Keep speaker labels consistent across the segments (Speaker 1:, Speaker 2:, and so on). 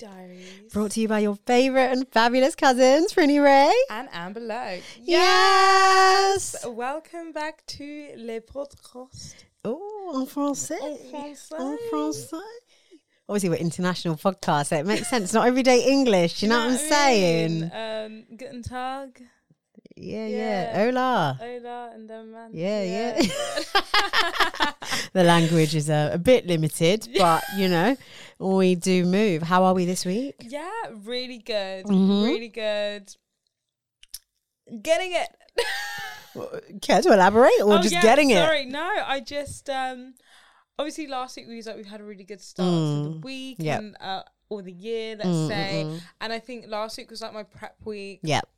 Speaker 1: Diaries.
Speaker 2: Brought to you by your favorite and fabulous cousins, Prinny Ray.
Speaker 1: And Amber Lowe.
Speaker 2: Yes.
Speaker 1: Welcome back to Les Podcasts.
Speaker 2: Oh, en français.
Speaker 1: En français.
Speaker 2: En français. Obviously, we're international podcast, so it makes sense. Not everyday English. You know what I'm saying?
Speaker 1: Um, guten Tag,
Speaker 2: Yeah, yeah.
Speaker 1: Yeah.
Speaker 2: Hola.
Speaker 1: Ola, and then man.
Speaker 2: Yeah, yeah. The language is uh, a bit limited, but you know, we do move. How are we this week?
Speaker 1: yeah, really good.
Speaker 2: Mhm.
Speaker 1: Really good. Getting it.
Speaker 2: Care to elaborate or
Speaker 1: Oh,
Speaker 2: just
Speaker 1: yeah,
Speaker 2: getting it?
Speaker 1: Sorry, no, I just um obviously last week we was like we had a really good start to the week
Speaker 2: Mm. Yep. Mm,
Speaker 1: and uh, or the year, let's say. And I think last week was like my prep week.
Speaker 2: Yep.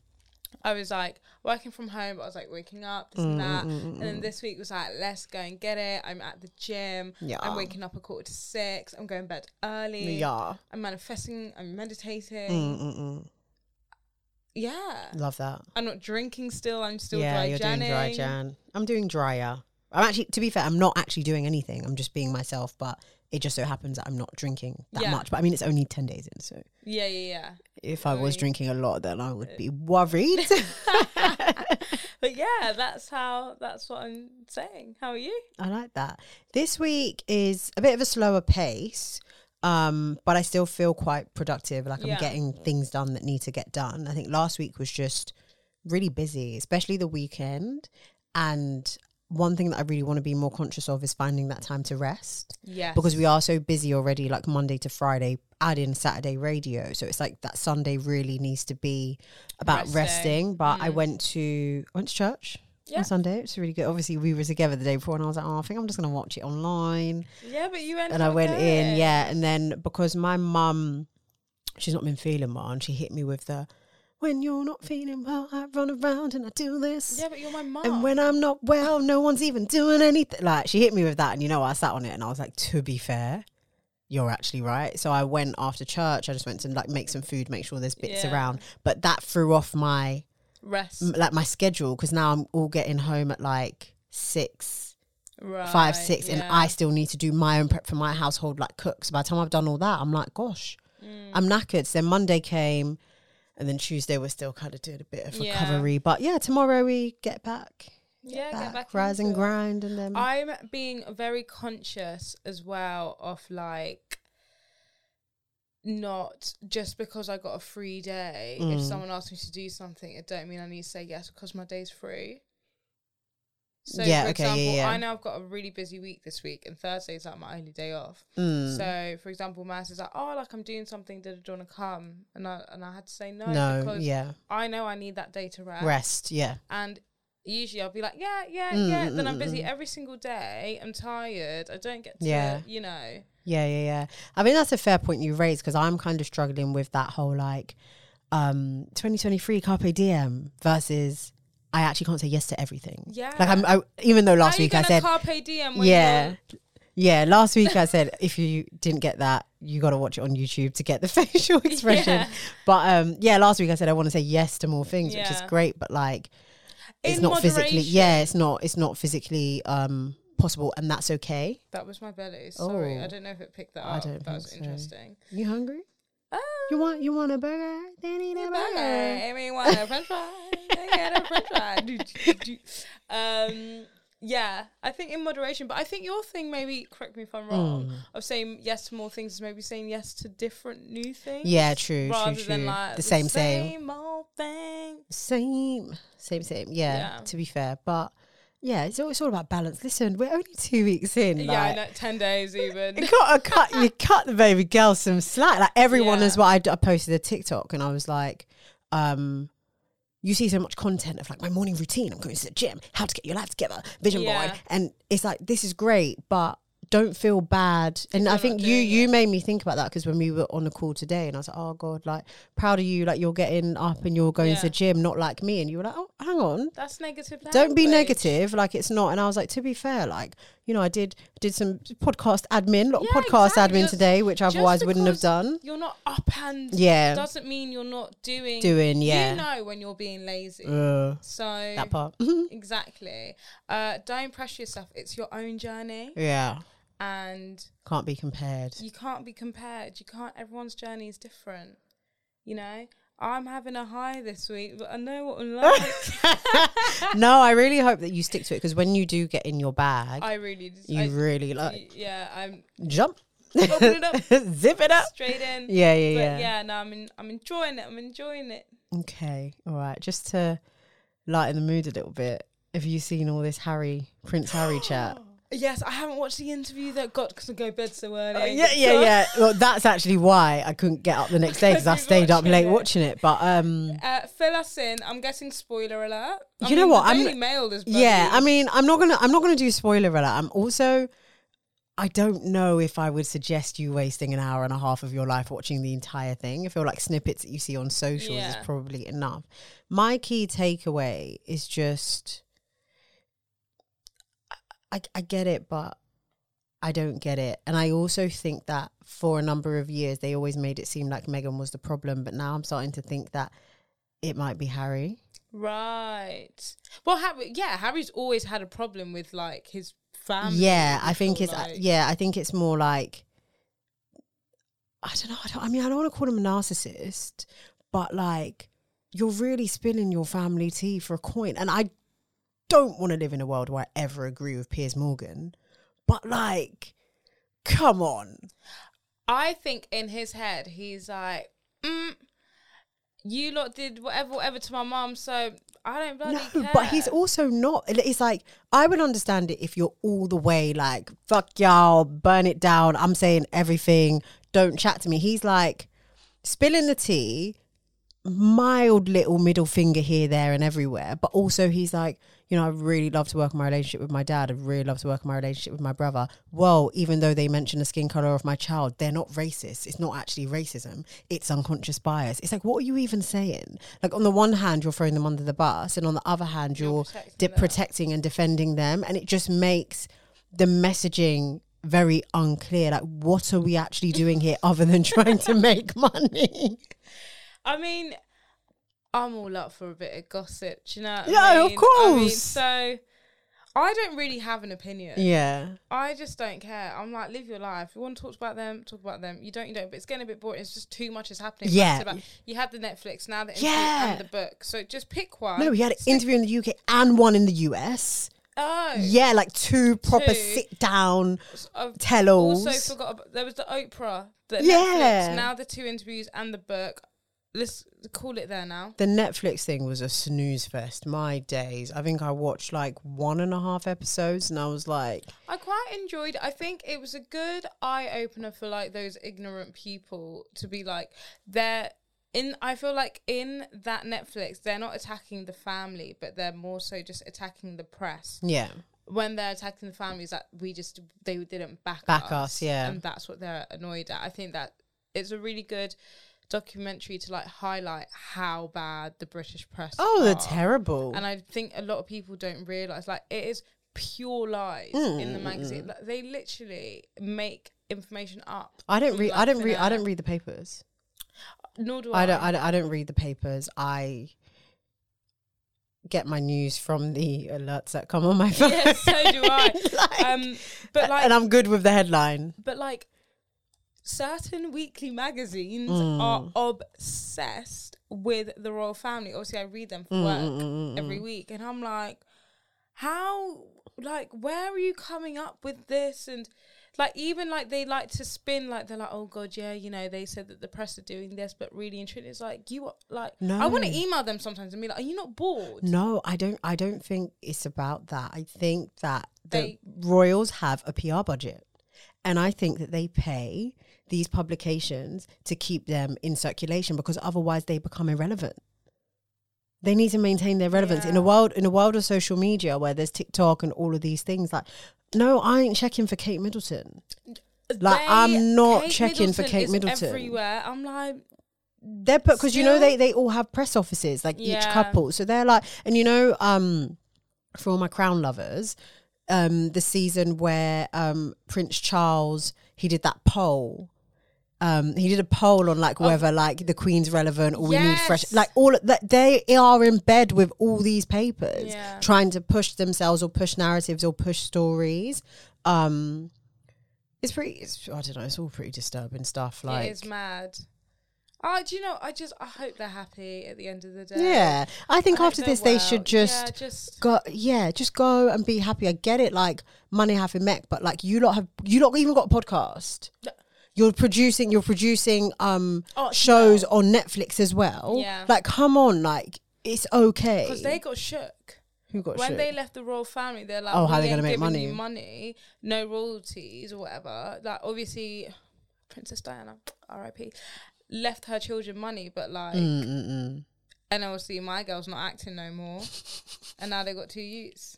Speaker 1: I was like working from home, but I was like waking up, this and that.
Speaker 2: Mm-hmm.
Speaker 1: And then this week was like, let's go and get it. I'm at the gym.
Speaker 2: Yeah.
Speaker 1: I'm waking up a quarter to six. I'm going to bed early.
Speaker 2: Yeah. Mm.
Speaker 1: I'm manifesting. I'm meditating.
Speaker 2: Mm-mm-mm.
Speaker 1: Yeah.
Speaker 2: Love that.
Speaker 1: I'm not drinking still. I'm still
Speaker 2: yeah,
Speaker 1: dry
Speaker 2: you're doing dry
Speaker 1: janning.
Speaker 2: jan. I'm doing drier. I'm actually, to be fair, I'm not actually doing anything. I'm just being myself, but it just so happens that I'm not drinking that
Speaker 1: Yeah.
Speaker 2: much. But I mean, it's only 10 days in. So
Speaker 1: Yeah, yeah,
Speaker 2: if I was
Speaker 1: Right.
Speaker 2: drinking a lot, then I would be worried.
Speaker 1: yeah. but yeah, that's how, that's what I'm saying. How are you?
Speaker 2: I like that. This week is a bit of a slower pace, um, but I still feel quite productive. Like I'm
Speaker 1: Yeah.
Speaker 2: getting things done that need to get done. I think last week was just really busy, especially the weekend. And one thing that I really want to be more conscious of is finding that time to rest
Speaker 1: Yes.
Speaker 2: because we are so busy already, like Monday to Friday, add in Saturday radio. So it's like that Sunday really needs to be about resting.
Speaker 1: Resting. Mm.
Speaker 2: But I went to I went to church
Speaker 1: Yeah.
Speaker 2: on Sunday. It's really good. Obviously, we were together the day before, and I was like, oh, I think I'm just gonna watch it online.
Speaker 1: Yeah, but you ended
Speaker 2: And I
Speaker 1: up
Speaker 2: went in,
Speaker 1: going.
Speaker 2: yeah. And then because my mum, she's not been feeling well, and she hit me with the, when you're not feeling well, I run around and I do this.
Speaker 1: Yeah, but you're my mom.
Speaker 2: And when I'm not well, no one's even doing anything. Like she hit me with that, and you know, I sat on it, and I was like, to be fair, you're actually right. So I went after church. I just went to like make some food, make sure there's bits
Speaker 1: Yeah.
Speaker 2: around. But that threw off my
Speaker 1: Rest.
Speaker 2: m- like my schedule because now I'm all getting home at like six,
Speaker 1: Right.
Speaker 2: five, six, and
Speaker 1: yeah.
Speaker 2: I still need to do my own prep for my household, like cook. So by the time I've done all that, I'm like, gosh,
Speaker 1: Mm.
Speaker 2: I'm knackered. So then Monday came. And then Tuesday, we're still kind of doing a bit of
Speaker 1: Yeah.
Speaker 2: recovery. But yeah, tomorrow we get back
Speaker 1: yeah, get back
Speaker 2: rise
Speaker 1: into
Speaker 2: and
Speaker 1: it.
Speaker 2: grind, and then
Speaker 1: I'm being very conscious as well of like not just because I got a free day. If
Speaker 2: Mm.
Speaker 1: someone asks me to do something, it don't mean I need to say yes because my day's free. So
Speaker 2: Yeah,
Speaker 1: for
Speaker 2: okay, yeah,
Speaker 1: example,
Speaker 2: yeah.
Speaker 1: I now have got a really busy week this week and Thursday's like my only day off.
Speaker 2: Mm.
Speaker 1: So for example, Mass is like, Oh, like I'm doing something, did you wanna come? And I and I had to say no,
Speaker 2: no,
Speaker 1: because
Speaker 2: yeah,
Speaker 1: I know I need that day to
Speaker 2: rest, yeah,
Speaker 1: and usually I'll be like, yeah, yeah,
Speaker 2: Mm,
Speaker 1: yeah.
Speaker 2: mm,
Speaker 1: Then
Speaker 2: mm,
Speaker 1: I'm busy
Speaker 2: mm.
Speaker 1: every single day. I'm tired. I don't get to,
Speaker 2: Yeah.
Speaker 1: you know.
Speaker 2: yeah, yeah, yeah. I mean, that's a fair point you raised because I'm kind of struggling with that whole like um 2023 carpe diem versus I actually can't say yes to everything.
Speaker 1: Yeah.
Speaker 2: like I'm I, even though last
Speaker 1: How
Speaker 2: week
Speaker 1: you
Speaker 2: I
Speaker 1: gonna
Speaker 2: said
Speaker 1: carpe diem. When
Speaker 2: yeah.
Speaker 1: you're-
Speaker 2: Yeah, last week I said if you didn't get that, you got to watch it on YouTube to get the facial expression.
Speaker 1: Yeah.
Speaker 2: But um yeah, last week I said I want to say yes to more things, which is
Speaker 1: Yeah.
Speaker 2: great, but like it's
Speaker 1: In
Speaker 2: not physically
Speaker 1: moderation.
Speaker 2: yeah, it's not it's not physically um possible and that's okay.
Speaker 1: That was my belly. Sorry, I don't know if it picked that
Speaker 2: Oh. I
Speaker 1: up.
Speaker 2: don't
Speaker 1: that was
Speaker 2: think so.
Speaker 1: interesting.
Speaker 2: You hungry?
Speaker 1: Oh,
Speaker 2: You want you want a burger? Then eat a burger.
Speaker 1: I mean, want a French fry? I get a French fry. Do, do, do, do. Um, yeah, I think in moderation. But I think your thing maybe correct me if I'm wrong
Speaker 2: Hmm.
Speaker 1: of saying yes to more things is maybe saying yes to different new things.
Speaker 2: Yeah, true, true,
Speaker 1: rather
Speaker 2: true.
Speaker 1: than like
Speaker 2: the same, same,
Speaker 1: same old thing.
Speaker 2: same, same, same. Yeah,
Speaker 1: Yeah.
Speaker 2: to be fair, but yeah, it's all, it's all about balance. Listen, we're only two weeks in.
Speaker 1: yeah, I
Speaker 2: like,
Speaker 1: know, ten days even.
Speaker 2: You gotta cut you cut the baby girl some slack. Like everyone
Speaker 1: Yeah.
Speaker 2: is what I, d- I posted a TikTok and I was like, um, you see so much content of like my morning routine. I'm going to the gym, how to get your life together, vision
Speaker 1: Yeah.
Speaker 2: board, and it's like this is great, but don't feel bad. And I
Speaker 1: you're
Speaker 2: think
Speaker 1: not
Speaker 2: you
Speaker 1: doing
Speaker 2: you made me think about that because when we were on the call today, and I was like, oh god, like proud of you, like you're getting up and you're going to
Speaker 1: Yeah.
Speaker 2: the gym, not like me. And you were like, oh, hang on,
Speaker 1: That's negative.
Speaker 2: don't be
Speaker 1: language.
Speaker 2: negative like it's not and i was like to be fair like you know i did did some podcast admin lot of
Speaker 1: Yeah,
Speaker 2: podcast
Speaker 1: exactly.
Speaker 2: admin today which
Speaker 1: Just
Speaker 2: otherwise wouldn't have
Speaker 1: because
Speaker 2: done
Speaker 1: You're not up and
Speaker 2: Yeah.
Speaker 1: doesn't mean you're not doing
Speaker 2: doing
Speaker 1: You
Speaker 2: yeah
Speaker 1: know when you're being lazy.
Speaker 2: Uh,
Speaker 1: So
Speaker 2: that part
Speaker 1: exactly. Uh, don't pressure yourself. It's your own journey,
Speaker 2: yeah
Speaker 1: and
Speaker 2: Can't be compared.
Speaker 1: you can't be compared. You can't. Everyone's journey is different. You know, I'm having a high this week, but I know what I'm like.
Speaker 2: no, I really hope that you stick to it because when you do get in your bag,
Speaker 1: I really, just,
Speaker 2: you
Speaker 1: I,
Speaker 2: really like
Speaker 1: yeah, I'm
Speaker 2: jump,
Speaker 1: Open it up.
Speaker 2: zip it up.
Speaker 1: straight in.
Speaker 2: Yeah,
Speaker 1: But
Speaker 2: yeah, yeah.
Speaker 1: yeah, no, I'm in, I'm enjoying it. I'm enjoying it.
Speaker 2: Okay, all right. Just to lighten the mood a little bit, have you seen all this Harry Prince Harry chat?
Speaker 1: Yes, I haven't watched the interview that got because I go to bed so early.
Speaker 2: Uh, yeah, yeah, yeah. Well, that's actually why I couldn't get up the next day because I
Speaker 1: You're
Speaker 2: stayed up
Speaker 1: watching
Speaker 2: late
Speaker 1: it.
Speaker 2: watching it. But um,
Speaker 1: Uh, fill us in. I'm guessing spoiler alert. I
Speaker 2: You know
Speaker 1: mean,
Speaker 2: what?
Speaker 1: The
Speaker 2: I'm-
Speaker 1: Daily Mail is.
Speaker 2: yeah, I
Speaker 1: mean,
Speaker 2: mean, I'm not gonna, I'm not gonna do spoiler alert. I'm also, I don't know if I would suggest you wasting an hour and a half of your life watching the entire thing. I feel like snippets that you see on socials is
Speaker 1: Yeah.
Speaker 2: probably enough. My key takeaway is just, I, I get it, but I don't get it. And I also think that for a number of years, they always made it seem like Meghan was the problem. But now I'm starting to think that it might be Harry.
Speaker 1: right. Well, Harry, yeah, Harry's always had a problem with like his family.
Speaker 2: yeah,
Speaker 1: you
Speaker 2: I think
Speaker 1: feel
Speaker 2: it's uh,
Speaker 1: like-
Speaker 2: yeah, I think it's more like I don't know. I, don't, I mean, I don't want to call him a narcissist, but like you're really spilling your family tea for a coin, and I don't want to live in a world where I ever agree with Piers Morgan. But like, come on,
Speaker 1: I think in his head, he's like, mm, "You lot did whatever, whatever to my mum, so I don't bloody
Speaker 2: no.
Speaker 1: care."
Speaker 2: But he's also not. It's like I would understand it if you're all the way like fuck y'all, burn it down. I'm saying everything. Don't chat to me. He's like spilling the tea, mild little middle finger here, there, and everywhere. But also he's like, you know, I really love to work on my relationship with my dad. I really love to work on my relationship with my brother. Well, even though they mention the skin color of my child, they're not racist. It's not actually racism. It's unconscious bias. It's like, what are you even saying? Like on the one hand, you're throwing them under the bus, and on the other hand, you're,
Speaker 1: protecting
Speaker 2: de-
Speaker 1: them.
Speaker 2: protecting and defending them, and it just makes the messaging very unclear. Like, what are we actually doing here other than trying to make money?
Speaker 1: I mean, I'm all up for a bit of gossip. Do you know? what I
Speaker 2: Yeah, of
Speaker 1: mean? I mean,
Speaker 2: course.
Speaker 1: so I don't really have an opinion.
Speaker 2: Yeah.
Speaker 1: I just don't care. I'm like, live your life. If you want to talk about them, talk about them. You don't, you don't. But it's getting a bit boring. It's just too much is happening. back
Speaker 2: Yeah.
Speaker 1: to back. You had the Netflix, now the interview
Speaker 2: Yeah.
Speaker 1: and the book. So just pick one.
Speaker 2: No, we had an interview in the UK and one in the US.
Speaker 1: Oh.
Speaker 2: Yeah, like two proper
Speaker 1: Two.
Speaker 2: sit down
Speaker 1: I've
Speaker 2: tell alls.
Speaker 1: also forgot about, there was the Oprah, the
Speaker 2: Yeah.
Speaker 1: Netflix, now the two interviews and the book. Let's call it there now.
Speaker 2: the Netflix thing was a snooze fest. My days. I think I watched like one and a half episodes and I was like,
Speaker 1: I quite enjoyed. I think it was a good eye opener for like those ignorant people to be like they're in. I feel like in that Netflix, they're not attacking the family, but they're more so just attacking the press.
Speaker 2: yeah.
Speaker 1: When they're attacking the families, that we just they didn't back
Speaker 2: Back us, yeah.
Speaker 1: and that's what they're annoyed at. I think that it's a really good documentary to like highlight how bad the British press.
Speaker 2: Oh, they're
Speaker 1: are.
Speaker 2: terrible.
Speaker 1: And I think a lot of people don't realize, like, it is pure lies
Speaker 2: Mm,
Speaker 1: in the magazine. Like, they literally make information up.
Speaker 2: I don't
Speaker 1: from,
Speaker 2: read. I
Speaker 1: like,
Speaker 2: don't
Speaker 1: thin
Speaker 2: read. I
Speaker 1: air.
Speaker 2: don't read the papers.
Speaker 1: Nor do I.
Speaker 2: I don't, I don't. I don't read the papers. I get my news from the alerts that come on my phone.
Speaker 1: yeah, so do I.
Speaker 2: Like-
Speaker 1: um, but like,
Speaker 2: and I'm good with the headline.
Speaker 1: but like, certain weekly magazines
Speaker 2: Mm.
Speaker 1: are obsessed with the royal family. Obviously, I read them for
Speaker 2: Mm,
Speaker 1: work every week, and I'm like, how like where are you coming up with this and like even like they like to spin like they're like oh god yeah you know they said that the press are doing this but really and truly it's like you are like I want
Speaker 2: No.
Speaker 1: to email them sometimes and be like are you not bored
Speaker 2: No, I don't. I don't think it's about that. I think that the
Speaker 1: They-
Speaker 2: royals have a PR budget, and I think that they pay these publications to keep them in circulation because otherwise they become irrelevant. They need to maintain their relevance in a
Speaker 1: Yeah.
Speaker 2: world in a world of social media where there's TikTok and all of these things. Like, no, I ain't checking for Kate Middleton. Like, I'm not checking for Kate
Speaker 1: is
Speaker 2: Middleton.
Speaker 1: everywhere I'm like
Speaker 2: they're because you know
Speaker 1: Still-
Speaker 2: they they all have press offices like each
Speaker 1: Yeah.
Speaker 2: couple so they're like and you know um for all my crown lovers um the season where um prince charles he did that poll um he did a poll on like whether like the queen's relevant or we need fresh
Speaker 1: Yes.
Speaker 2: like all of that they are in bed with all these papers
Speaker 1: Yeah.
Speaker 2: trying to push themselves or push narratives or push stories um it's pretty. It's, I don't know. It's all pretty disturbing stuff.
Speaker 1: it
Speaker 2: Like,
Speaker 1: is mad. Oh, do you know? I just I hope they're happy at the end of the day.
Speaker 2: yeah. I think
Speaker 1: hope
Speaker 2: after
Speaker 1: they're
Speaker 2: this, they should
Speaker 1: well.
Speaker 2: just
Speaker 1: yeah, just
Speaker 2: go. Yeah, just go and be happy. I get it. Like money half in mech, but like you lot have you lot even got a podcast.
Speaker 1: Yeah.
Speaker 2: You're producing. You're producing um
Speaker 1: Oh, it's
Speaker 2: shows on Netflix as well.
Speaker 1: Yeah.
Speaker 2: Like, come on. Like, it's okay.
Speaker 1: because they got shook.
Speaker 2: Who got
Speaker 1: when
Speaker 2: shit?
Speaker 1: they left the royal family, they're like,
Speaker 2: Oh, how
Speaker 1: "We
Speaker 2: they gonna
Speaker 1: ain't
Speaker 2: make
Speaker 1: giving you
Speaker 2: money?"
Speaker 1: Money, no royalties or whatever." Like, obviously, Princess Diana, R.I.P., left her children money, but like,
Speaker 2: Mm, mm, mm.
Speaker 1: and obviously, my girl's not acting no more, and now they got two youths.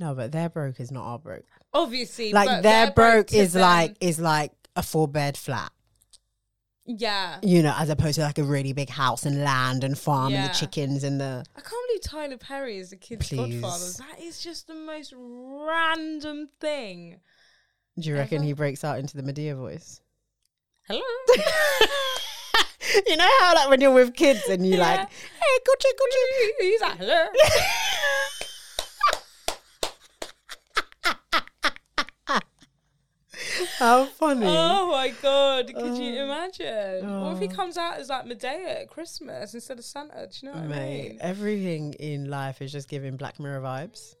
Speaker 2: No, but their broke is not our broke.
Speaker 1: Obviously,
Speaker 2: Like
Speaker 1: but
Speaker 2: their broke
Speaker 1: to
Speaker 2: is
Speaker 1: them-
Speaker 2: like is like a four bed flat.
Speaker 1: yeah.
Speaker 2: you know, as opposed to like a really big house and land and farm and
Speaker 1: Yeah.
Speaker 2: the chickens and the.
Speaker 1: I can't believe Tyler Perry is the kid's
Speaker 2: Please.
Speaker 1: godfather. That is just the most random thing.
Speaker 2: Do you reckon he breaks out into the Medea voice?
Speaker 1: Hello.
Speaker 2: you know how like when you're with kids and you
Speaker 1: Yeah.
Speaker 2: like, hey, Gucci, Gucci.
Speaker 1: He's like, hello.
Speaker 2: How funny.
Speaker 1: Oh my god, could you imagine? What if he
Speaker 2: Oh.
Speaker 1: comes out as like Medea at Christmas instead of Santa? Do you know what I
Speaker 2: Mate,
Speaker 1: mean?
Speaker 2: everything in life is just giving Black Mirror vibes.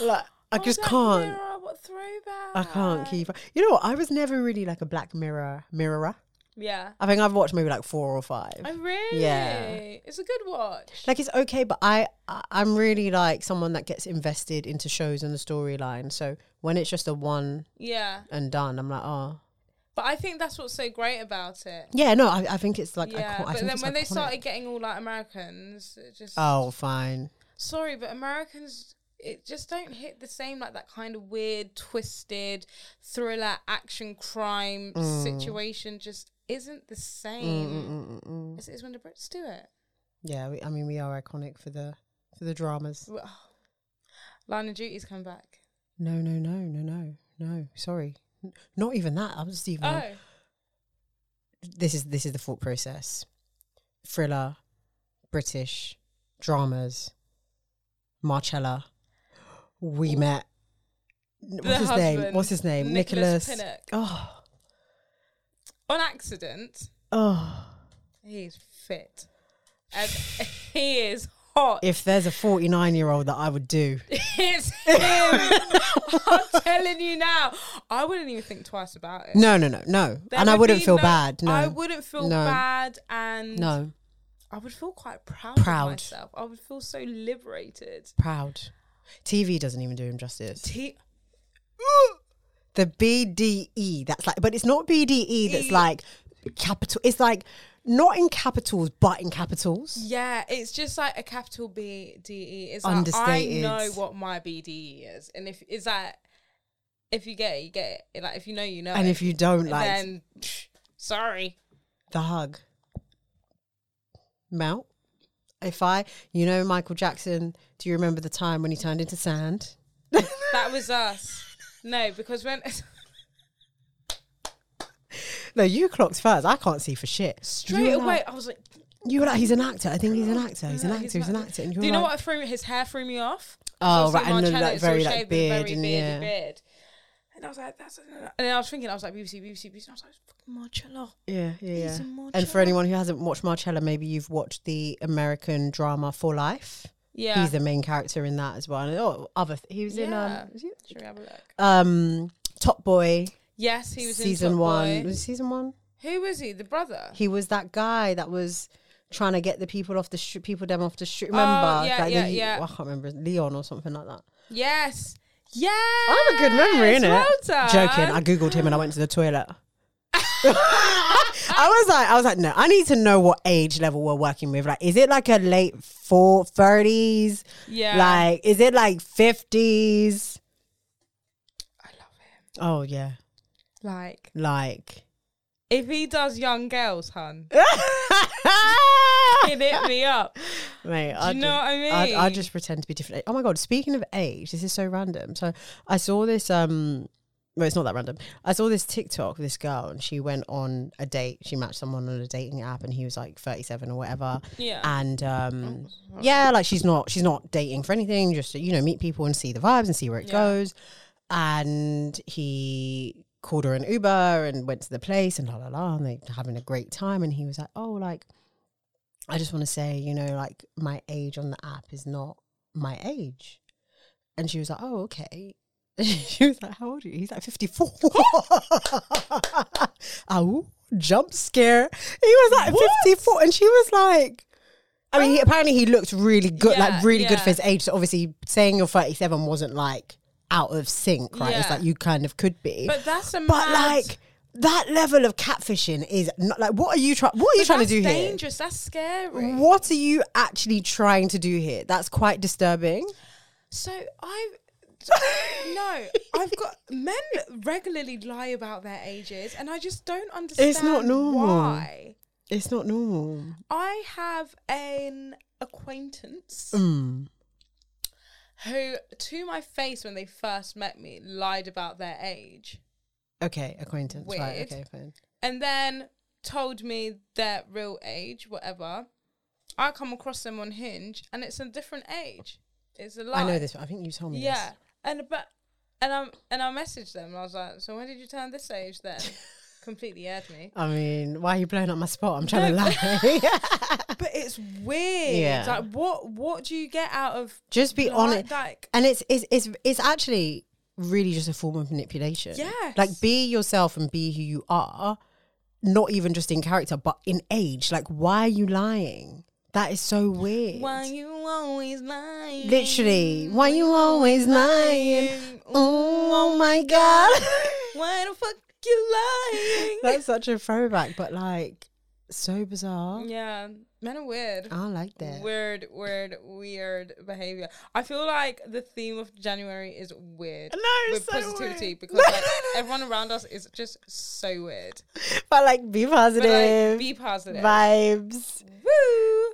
Speaker 2: Like, I
Speaker 1: Oh,
Speaker 2: just
Speaker 1: Black
Speaker 2: can't.
Speaker 1: Mirror, what throwback.
Speaker 2: I can't keep. You know what? I was never really like a Black Mirror mirrorer.
Speaker 1: Yeah.
Speaker 2: I think I've watched maybe like four or five.
Speaker 1: I really. It's a good watch.
Speaker 2: like it's okay but I, I i'm really like someone that gets invested into shows and the storyline so when it's just a one
Speaker 1: Yeah.
Speaker 2: and done i'm like oh
Speaker 1: But I think that's what's so great about it.
Speaker 2: yeah no i, I think it's like
Speaker 1: yeah.
Speaker 2: icon- I
Speaker 1: but
Speaker 2: think
Speaker 1: then
Speaker 2: it's
Speaker 1: when they
Speaker 2: iconic.
Speaker 1: started getting all like Americans, it just
Speaker 2: oh fine
Speaker 1: sorry, but Americans it just don't hit the same like that kind of weird, twisted thriller action crime situation just isn't the same
Speaker 2: Mm, Mm-mm-mm-mm.
Speaker 1: as it is when the Brits do it.
Speaker 2: yeah we, i mean we are iconic for the for the dramas
Speaker 1: Well, ah. Line of Duty's come back.
Speaker 2: no no no no no no sorry N- not even that i was even
Speaker 1: Oh,
Speaker 2: this is this is the thought process thriller british dramas marcella we met N-
Speaker 1: The
Speaker 2: what's his name
Speaker 1: husband,
Speaker 2: what's his name
Speaker 1: Nicholas
Speaker 2: nicholas,
Speaker 1: Pinnock.
Speaker 2: oh
Speaker 1: on accident,
Speaker 2: oh
Speaker 1: he's fit. And he is hot.
Speaker 2: if there's a 49 year old that i would do
Speaker 1: It's him. I'm telling you now. I wouldn't even think twice about it.
Speaker 2: no no no no
Speaker 1: There
Speaker 2: and i
Speaker 1: would
Speaker 2: wouldn't
Speaker 1: be
Speaker 2: feel
Speaker 1: no-
Speaker 2: bad no
Speaker 1: I wouldn't feel
Speaker 2: No.
Speaker 1: bad, and
Speaker 2: no
Speaker 1: I would feel quite proud,
Speaker 2: Proud.
Speaker 1: of myself. I would feel so liberated.
Speaker 2: proud tv doesn't even do him justice
Speaker 1: T-
Speaker 2: the BDE. That's like, but it's not BDE. That's
Speaker 1: E.
Speaker 2: like capital. It's like not in capitals, but in capitals.
Speaker 1: yeah, it's just like a capital B D E. It's like I
Speaker 2: Understated.
Speaker 1: know what my B D E is, and if is that if you get it, you get it. Like if you know, you know.
Speaker 2: And
Speaker 1: it.
Speaker 2: if you don't
Speaker 1: And
Speaker 2: like
Speaker 1: then sorry,
Speaker 2: the hug, melt. If I, you know, Michael Jackson. Do you remember the time when he turned into sand?
Speaker 1: that was us. No, because when
Speaker 2: No, you clocked first. I can't see for shit.
Speaker 1: straight
Speaker 2: you were
Speaker 1: away
Speaker 2: like-
Speaker 1: I was like,
Speaker 2: you were like, he's an actor. I think he's an actor. He's an
Speaker 1: No,
Speaker 2: actor.
Speaker 1: he's
Speaker 2: He's,
Speaker 1: an
Speaker 2: an actor. And you
Speaker 1: do
Speaker 2: were
Speaker 1: you know
Speaker 2: like,
Speaker 1: what threw me? His hair threw me off.
Speaker 2: Oh,
Speaker 1: Obviously
Speaker 2: right, and then,
Speaker 1: Marcello
Speaker 2: like
Speaker 1: is all
Speaker 2: very like
Speaker 1: shaved with a
Speaker 2: beard and yeah.
Speaker 1: beard. And I was like, that's and then I was thinking, I was like, BBC, BBC, BBC. And I was like, fucking Marcello.
Speaker 2: Yeah, yeah, yeah.
Speaker 1: He's a
Speaker 2: And
Speaker 1: Marcella.
Speaker 2: for anyone who hasn't watched Marcella, maybe you've watched the American drama For Life.
Speaker 1: Yeah.
Speaker 2: He's the main character in that as well. And oh, other th- he was in
Speaker 1: Yeah.
Speaker 2: um, was he-
Speaker 1: Should we have a look?
Speaker 2: um Top Boy
Speaker 1: Yes, he was
Speaker 2: season
Speaker 1: in Top
Speaker 2: one.
Speaker 1: Boy.
Speaker 2: Was it season one?
Speaker 1: Who was he? The brother.
Speaker 2: He was that guy that was trying to get the people off the street, people them off the street. Remember?
Speaker 1: Oh, yeah,
Speaker 2: Like the-
Speaker 1: yeah, yeah.
Speaker 2: well, I can't remember Leon or something like that.
Speaker 1: Yes. Yeah.
Speaker 2: I have a good memory in
Speaker 1: well
Speaker 2: it.
Speaker 1: done.
Speaker 2: Joking. I googled him and I went to the toilet. I was like, I was like, no, I need to know what age level we're working with. Like, is it like a late four thirties?
Speaker 1: yeah.
Speaker 2: Like, is it like fifties?
Speaker 1: I love him.
Speaker 2: Oh yeah,
Speaker 1: Like,
Speaker 2: like.
Speaker 1: if he does young girls, hun, it hit me up.
Speaker 2: Mate, I
Speaker 1: know what I
Speaker 2: I, I
Speaker 1: mean?
Speaker 2: just pretend to be different. Oh my god! Speaking of age, this is so random. So I saw this. Um, well, it's not that random. I saw this TikTok. with This girl, and she went on a date. She matched someone on a dating app, and he was like thirty-seven or whatever.
Speaker 1: Yeah. Oh,
Speaker 2: And um, yeah, like she's not she's not dating for anything. Just to, you know, meet people and see the vibes and see where it
Speaker 1: Yeah.
Speaker 2: goes. and he called her an Uber and went to the place and la la la, and they were having a great time. And he was like, "Oh, like, I just want to say, you know, like my age on the app is not my age." And she was like, "Oh, okay." she was like, "How old are you?" He's like, "54." Oh, jump scare! He was like
Speaker 1: What?
Speaker 2: 54, and she was like. I mean, he, apparently he looked really good,
Speaker 1: Yeah,
Speaker 2: like really good
Speaker 1: yeah.
Speaker 2: for his age. So obviously, saying you're 37 wasn't like out of sync, right? It's
Speaker 1: Yeah.
Speaker 2: like you kind of could be,
Speaker 1: But that's a
Speaker 2: but
Speaker 1: mad-
Speaker 2: like that level of catfishing is not like what are you trying? What are you trying to
Speaker 1: that's
Speaker 2: do here?
Speaker 1: dangerous. That's scary.
Speaker 2: What are you actually trying to do here? That's quite disturbing.
Speaker 1: So I no, I've got men regularly lie about their ages, and I just don't understand.
Speaker 2: normal.
Speaker 1: Why
Speaker 2: It's not normal.
Speaker 1: I have an acquaintance
Speaker 2: Mm.
Speaker 1: who, to my face when they first met me, lied about their age,
Speaker 2: Okay, acquaintance. Right.
Speaker 1: Weird.
Speaker 2: Okay, fine.
Speaker 1: and then told me their real age, whatever. I come across them on Hinge, and it's a different age. It's a lie.
Speaker 2: I know this. One. I think you told me.
Speaker 1: Yeah, and but and I and I messaged them. And I was like, so when did you turn this age then? Completely aired me.
Speaker 2: This. I mean, why are you blowing up my spot? I'm trying to lie.
Speaker 1: But it's weird.
Speaker 2: Yeah.
Speaker 1: Like, what what do you get out of
Speaker 2: Just be
Speaker 1: like,
Speaker 2: honest.
Speaker 1: Like,
Speaker 2: and it's it's it's it's actually really just a form of manipulation.
Speaker 1: Yes.
Speaker 2: Like be yourself and be who you are, not even just in character, but in age. Like why are you lying? That is so weird.
Speaker 1: why you always lying?
Speaker 2: Literally, why you always lying? Oh my god.
Speaker 1: Why the fuck you lying?
Speaker 2: That's such a throwback, but like so bizarre.
Speaker 1: yeah, men are weird.
Speaker 2: I like that.
Speaker 1: Weird, weird, weird behavior. I feel like the theme of January is weird.
Speaker 2: No, it's
Speaker 1: with
Speaker 2: so
Speaker 1: positivity
Speaker 2: weird.
Speaker 1: because like, everyone around us is just so weird.
Speaker 2: But like be
Speaker 1: But like,
Speaker 2: positive.
Speaker 1: be positive.
Speaker 2: vibes.
Speaker 1: Woo!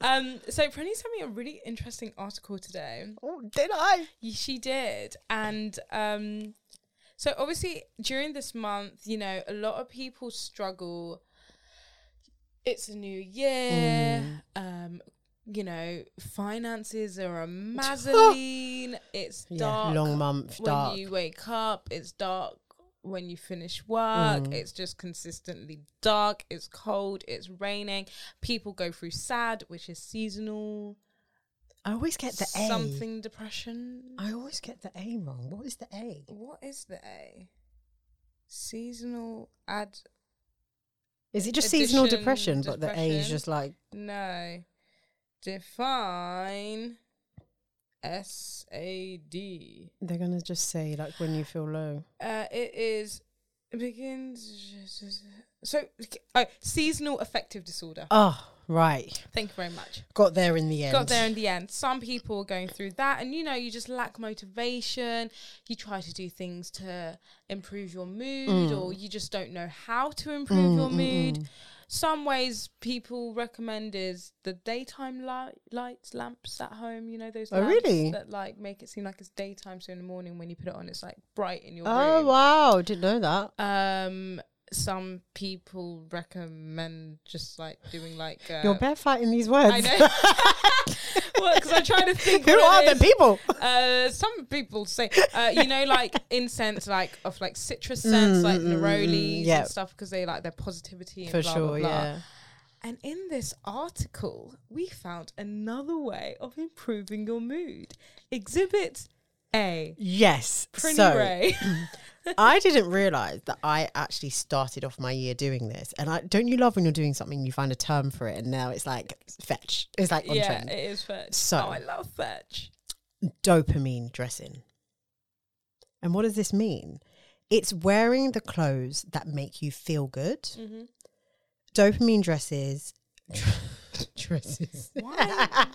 Speaker 1: um, so Prenny sent me a really interesting article today.
Speaker 2: Oh, did I?
Speaker 1: Y- She did, and um, so obviously during this month, you know, a lot of people struggle. It's a new
Speaker 2: Mm.
Speaker 1: year. Um, you know, finances are a mazzoline. it's
Speaker 2: Yeah,
Speaker 1: dark
Speaker 2: long month, dark.
Speaker 1: when you wake up it's dark when you finish work
Speaker 2: Mm.
Speaker 1: it's just consistently dark it's cold it's raining people go through sad which is seasonal
Speaker 2: I always get the A.
Speaker 1: something depression
Speaker 2: I always get the A wrong. What is the A?
Speaker 1: what is the a seasonal ad
Speaker 2: Is it just seasonal
Speaker 1: Addition,
Speaker 2: depression, but the A is
Speaker 1: depression.
Speaker 2: just like
Speaker 1: no define s a d
Speaker 2: they're gonna just say like when you feel low.
Speaker 1: Uh, it is it begins so oh, seasonal affective disorder.
Speaker 2: Oh, right.
Speaker 1: Thank you very much.
Speaker 2: Got there in the end.
Speaker 1: Got there in the end. Some people are going through that, and you know, you just lack motivation. You try to do things to improve your mood,
Speaker 2: Mm.
Speaker 1: or you just don't know how to improve your mood. Some ways people recommend is the daytime light, lights, lamps at home. You know those.
Speaker 2: Oh,
Speaker 1: lamps
Speaker 2: really?
Speaker 1: That like make it seem like it's daytime, so in the morning when you put it on, it's like bright in your
Speaker 2: Oh
Speaker 1: room.
Speaker 2: wow, didn't know that.
Speaker 1: Um, some people recommend just like doing like uh,
Speaker 2: You're bare fighting these words.
Speaker 1: I know. well, because I try to think.
Speaker 2: Who
Speaker 1: what it
Speaker 2: are
Speaker 1: is.
Speaker 2: the people?
Speaker 1: Uh, some people say, uh, you know, like incense, like of like citrus scents, like neroli
Speaker 2: Mm, yeah.
Speaker 1: and stuff, because they like their positivity and
Speaker 2: For
Speaker 1: blah,
Speaker 2: sure,
Speaker 1: blah, blah.
Speaker 2: yeah.
Speaker 1: And in this article, we found another way of improving your mood. Exhibit A.
Speaker 2: Yes.
Speaker 1: Pretty
Speaker 2: so
Speaker 1: Ray.
Speaker 2: I didn't realize that I actually started off my year doing this. And I don't you love when you're doing something, you find a term for it, and now it's like fetch. It's like on
Speaker 1: yeah,
Speaker 2: trend.
Speaker 1: it is fetch.
Speaker 2: So-
Speaker 1: oh, I love fetch.
Speaker 2: dopamine dressing. And what does this mean? It's wearing the clothes that make you feel good. Dopamine dresses. dresses.
Speaker 1: Why?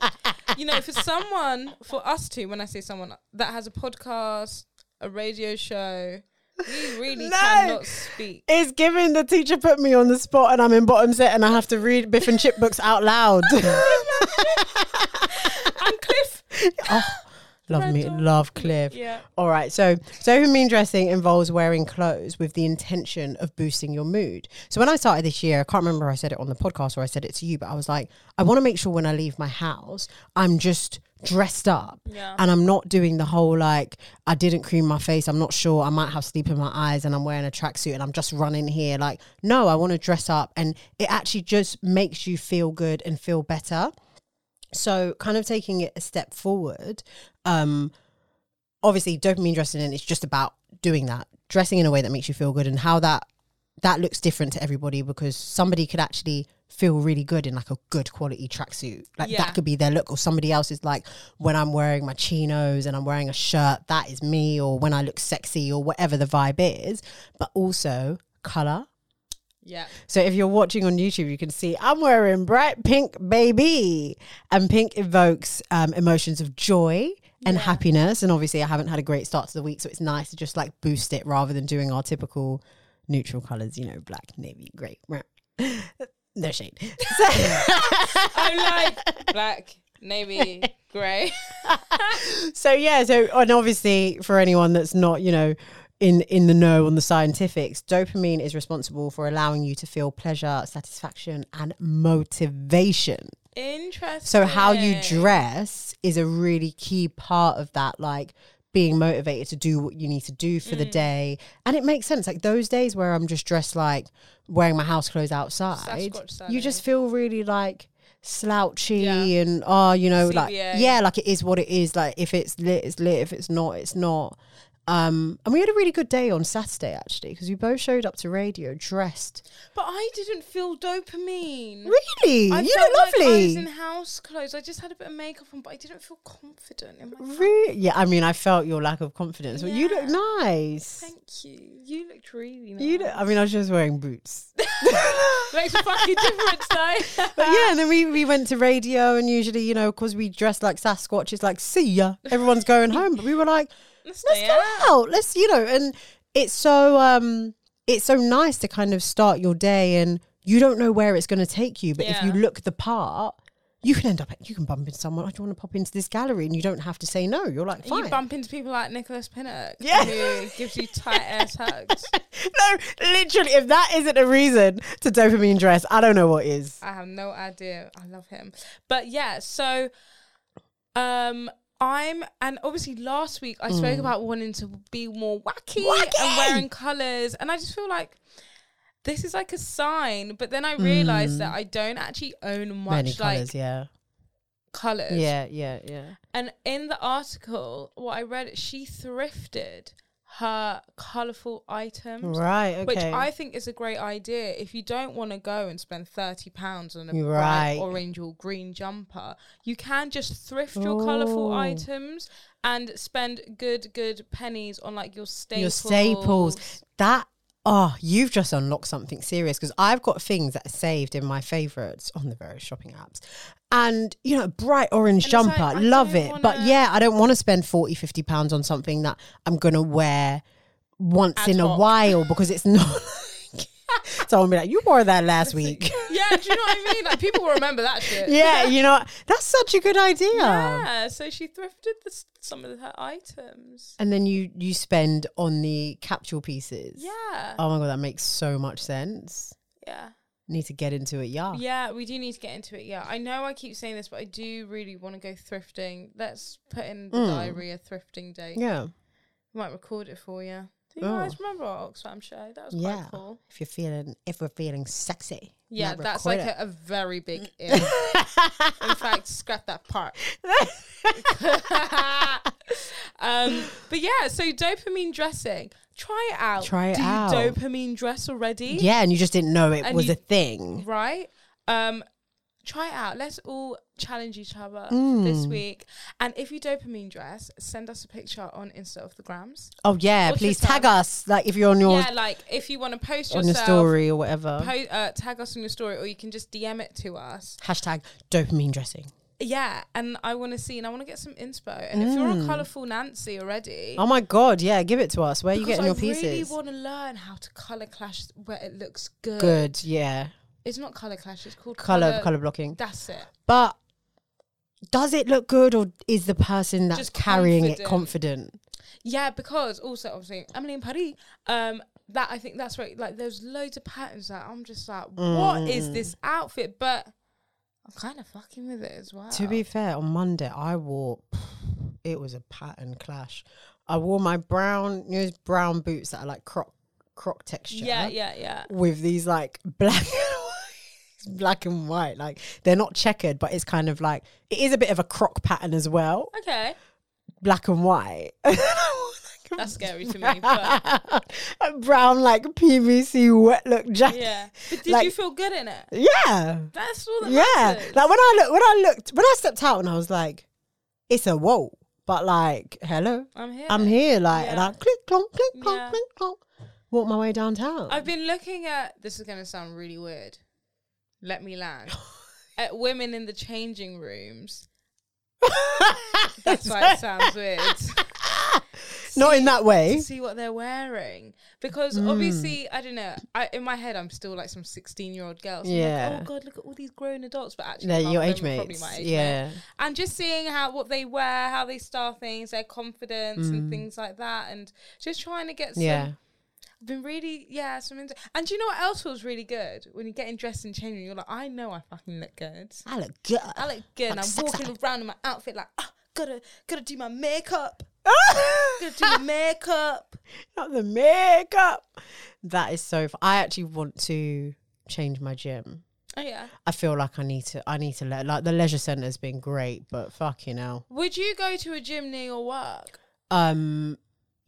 Speaker 1: you know, for someone, for us two, when I say someone that has a podcast, a radio show, we really
Speaker 2: No.
Speaker 1: cannot speak.
Speaker 2: It's given the teacher put me on the spot and I'm in bottom set and I have to read Biff and Chip books out loud.
Speaker 1: And Cliff,
Speaker 2: Oh, love me, love Cliff.
Speaker 1: Yeah.
Speaker 2: All right. So dopamine dressing involves wearing clothes with the intention of boosting your mood. So when I started this year, I can't remember if I said it on the podcast or I said it to you, but I was like, I want to make sure when I leave my house, I'm just dressed up
Speaker 1: Yeah.
Speaker 2: and I'm not doing the whole like I didn't cream my face. I'm not sure. I might have sleep in my eyes, and I'm wearing a tracksuit, and I'm just running here. Like, no, I want to dress up, and it actually just makes you feel good and feel better. So, kind of taking it a step forward. Um, obviously, dopamine dressing in is just about doing that, dressing in a way that makes you feel good, and how that that looks different to everybody because somebody could actually feel really good in like a good quality tracksuit. Like
Speaker 1: Yeah.
Speaker 2: that could be their look, or somebody else is like, when I'm wearing my chinos and I'm wearing a shirt, that is me, or when I look sexy, or whatever the vibe is. But also color.
Speaker 1: yeah.
Speaker 2: So if you're watching on YouTube, you can see I'm wearing bright pink, baby, and pink evokes um, emotions of joy and happiness. And obviously, I haven't had a great start to the week, so it's nice to just like boost it rather than doing our typical neutral colors. You know, black, navy, grey. rah. No shade.
Speaker 1: I'm like black, navy, grey.
Speaker 2: so yeah so and obviously for anyone that's not you know in in the know on the scientifics dopamine is responsible for allowing you to feel pleasure satisfaction and motivation
Speaker 1: Interesting.
Speaker 2: so how you dress is a really key part of that like being motivated to do what you need to do for the
Speaker 1: Mm.
Speaker 2: day and it makes sense like those days where i'm just dressed like wearing my house clothes outside
Speaker 1: Sasquatch
Speaker 2: you
Speaker 1: style.
Speaker 2: just feel really like slouchy
Speaker 1: Yeah.
Speaker 2: and oh you know like
Speaker 1: CBA.
Speaker 2: yeah like it is what it is like if it's lit it's lit if it's not it's not um and we had a really good day on saturday actually because we both showed up to radio dressed
Speaker 1: But I didn't feel dopamine.
Speaker 2: really
Speaker 1: I
Speaker 2: you
Speaker 1: felt
Speaker 2: look
Speaker 1: like I
Speaker 2: lovely
Speaker 1: was in house clothes. I just had a bit of makeup on, but I didn't feel confident in my.
Speaker 2: Really? Yeah, I mean, I felt your lack of confidence, but you look
Speaker 1: Yeah.
Speaker 2: nice.
Speaker 1: Thank you. You looked really nice.
Speaker 2: You look, I mean, I was just wearing boots.
Speaker 1: makes a fucking difference, though.
Speaker 2: But yeah, and then we, we went to radio, and usually, you know, because we dress like Sasquatch, it's like, see ya, everyone's going home. But we were like,
Speaker 1: Let's
Speaker 2: let's
Speaker 1: stay
Speaker 2: go
Speaker 1: out.
Speaker 2: out, let's, you know, and it's so, um, it's so nice to kind of start your day, and you don't know where it's going to take you, but if you
Speaker 1: Yeah.
Speaker 2: look the part, you can end up, you can bump into someone. I do want to pop into this gallery, and you don't have to say no. You're like, fine.
Speaker 1: You bump into people like Nicholas Pinnock,
Speaker 2: Yeah.
Speaker 1: who gives you tight ass hugs.
Speaker 2: no, literally, if that isn't a reason to dopamine dress, I don't know what is.
Speaker 1: I have no idea. I love him. But yeah, so um I'm and obviously last week I spoke about wanting to be more wacky,
Speaker 2: Mm. Wacky!
Speaker 1: and wearing colours and I just feel like this is like a sign, but then I realised that I don't actually own much like
Speaker 2: colours, Mm. yeah.
Speaker 1: colours.
Speaker 2: Yeah, yeah, yeah.
Speaker 1: And in the article, what I read, she thrifted her colourful items.
Speaker 2: Right, okay.
Speaker 1: Which I think is a great idea. If you don't want to go and spend thirty pounds on a
Speaker 2: Right.
Speaker 1: bright orange or green jumper, you can just thrift your colourful
Speaker 2: Ooh.
Speaker 1: items and spend good, good pennies on like your staples.
Speaker 2: Your staples. That, oh, you've just unlocked something serious because I've got things that are saved in my favorites on the various shopping apps. And, you know, bright orange
Speaker 1: it's
Speaker 2: jumper,
Speaker 1: like, I
Speaker 2: love
Speaker 1: don't
Speaker 2: it. But
Speaker 1: wanna-
Speaker 2: yeah, I don't want to spend 40, 50 pounds on something that I'm going to wear once
Speaker 1: Ad
Speaker 2: in a
Speaker 1: hoc.
Speaker 2: while because it's not. so I'll be like, you wore that last week.
Speaker 1: Yeah, do you know what I mean? Like people will remember that shit.
Speaker 2: yeah, you know, that's such a good idea.
Speaker 1: Yeah, so she thrifted the, s- some of her items.
Speaker 2: And then you you spend on the capsule pieces.
Speaker 1: Yeah,
Speaker 2: Oh my god, that makes so much sense.
Speaker 1: yeah.
Speaker 2: Need to get into it, yeah.
Speaker 1: Yeah, we do need to get into it. Yeah, I know I keep saying this, but I do really want to go thrifting. Let's put in the
Speaker 2: Mm.
Speaker 1: diary a thrifting date.
Speaker 2: Yeah.
Speaker 1: Might record it for you. Do you
Speaker 2: Oh.
Speaker 1: guys remember our Oxfam show? That was
Speaker 2: Yeah.
Speaker 1: quite cool.
Speaker 2: If you're feeling if we're feeling sexy.
Speaker 1: Yeah,
Speaker 2: might
Speaker 1: that's
Speaker 2: record
Speaker 1: like
Speaker 2: it.
Speaker 1: a, a very big if. In fact, scrap that part. um, but yeah, so dopamine dressing. Try it out.
Speaker 2: Try it
Speaker 1: Do you
Speaker 2: out.
Speaker 1: dopamine dress already?
Speaker 2: Yeah, and you just didn't know it
Speaker 1: And
Speaker 2: was
Speaker 1: you-
Speaker 2: a thing.
Speaker 1: right? Um, try it out. Let's all challenge each other this
Speaker 2: Mm.
Speaker 1: week. And if you dopamine dress, send us a picture on Insta of the grams.
Speaker 2: Oh yeah,
Speaker 1: What's your
Speaker 2: please tag us. Like if you're on your
Speaker 1: yeah, like if you want to post
Speaker 2: on your
Speaker 1: yourself,
Speaker 2: story or whatever.
Speaker 1: po- uh, tag us on your story, or you can just DM it to us.
Speaker 2: Hashtag dopamine dressing.
Speaker 1: Yeah, and I want to see, and I want to get some inspo. And if you're a colourful Nancy already,
Speaker 2: Mm. Oh my god, yeah, give it to us. Where are you
Speaker 1: because
Speaker 2: getting your
Speaker 1: I really
Speaker 2: pieces?
Speaker 1: want to learn how to colour clash where it looks good.
Speaker 2: Good, yeah.
Speaker 1: It's not colour clash; it's called
Speaker 2: Colour
Speaker 1: colour.
Speaker 2: colour blocking.
Speaker 1: That's it.
Speaker 2: But does it look good or is the person that's
Speaker 1: Just
Speaker 2: carrying it
Speaker 1: confident.
Speaker 2: confident?
Speaker 1: Yeah, because also obviously Emily in Paris, um, that I think that's
Speaker 2: Mm.
Speaker 1: right. Like there's loads of patterns that I'm just like, what is this outfit? But I'm kind of fucking with it as well.
Speaker 2: To be fair, on Monday I wore it was a pattern clash. I wore my brown, you know, those brown boots that are like croc croc texture.
Speaker 1: yeah, yeah, yeah.
Speaker 2: With these like black black and white. Like they're not checkered, but it's kind of like it is a bit of a croc pattern as well.
Speaker 1: Okay,
Speaker 2: Black and white.
Speaker 1: that's scary to me. But
Speaker 2: a brown like PVC wet look jacket.
Speaker 1: yeah, but did
Speaker 2: Like-
Speaker 1: you feel good in it?
Speaker 2: Yeah.
Speaker 1: That's all that
Speaker 2: Yeah.
Speaker 1: matters.
Speaker 2: Like when I look when I looked when I stepped out and I was like, it's a whoa. But like, hello.
Speaker 1: I'm here.
Speaker 2: I'm here, like and
Speaker 1: Yeah.
Speaker 2: I click clonk, click clonk,
Speaker 1: Yeah.
Speaker 2: click clonk. Walk my way downtown.
Speaker 1: I've been looking at this is going to sound really weird. Let me land. at women in the changing rooms. That's why it sounds weird.
Speaker 2: Not in that way.
Speaker 1: to see what they're wearing because
Speaker 2: Hmm.
Speaker 1: obviously I don't know. I in my head I'm still like some 16 year old girl. So yeah.
Speaker 2: Yeah.
Speaker 1: oh god, look at all these grown adults, but actually
Speaker 2: They're
Speaker 1: half
Speaker 2: your
Speaker 1: of
Speaker 2: age
Speaker 1: them are probably
Speaker 2: mates.
Speaker 1: my age mate.
Speaker 2: Yeah.
Speaker 1: And just seeing how what they wear, how they style things, their confidence and things like that, and just trying to get some.
Speaker 2: Hmm. Yeah.
Speaker 1: I've been really yeah some. Into- and do you know what else was really good when you're getting dressed and changing? You're like, I know I fucking look good.
Speaker 2: I look good.
Speaker 1: I look good. and I'm
Speaker 2: sex
Speaker 1: walking around in my outfit like, ah, gotta gotta do my makeup. Gotta do my makeup.
Speaker 2: Not the makeup. That is so. F- I actually want to change my gym.
Speaker 1: Oh yeah.
Speaker 2: I feel like I need to. I need to let like the leisure centre has been great, but fucking hell.
Speaker 1: Would you go to a gym near your work?
Speaker 2: Um,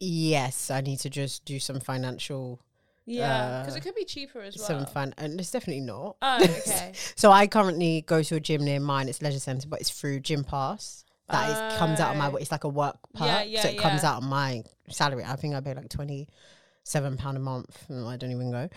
Speaker 2: yes, I need to just do some financial.
Speaker 1: Yeah, because Uh, it could be cheaper as well.
Speaker 2: Some fun, and it's definitely not.
Speaker 1: Oh, okay.
Speaker 2: So I currently go to a gym near mine. It's leisure centre, but it's through Gym Pass. That is, comes out of my.
Speaker 1: Oh.
Speaker 2: It's like a work perk,
Speaker 1: Yeah, yeah,
Speaker 2: so it comes
Speaker 1: yeah.
Speaker 2: out of my salary. I think I pay like twenty seven pound a month. and I don't even go.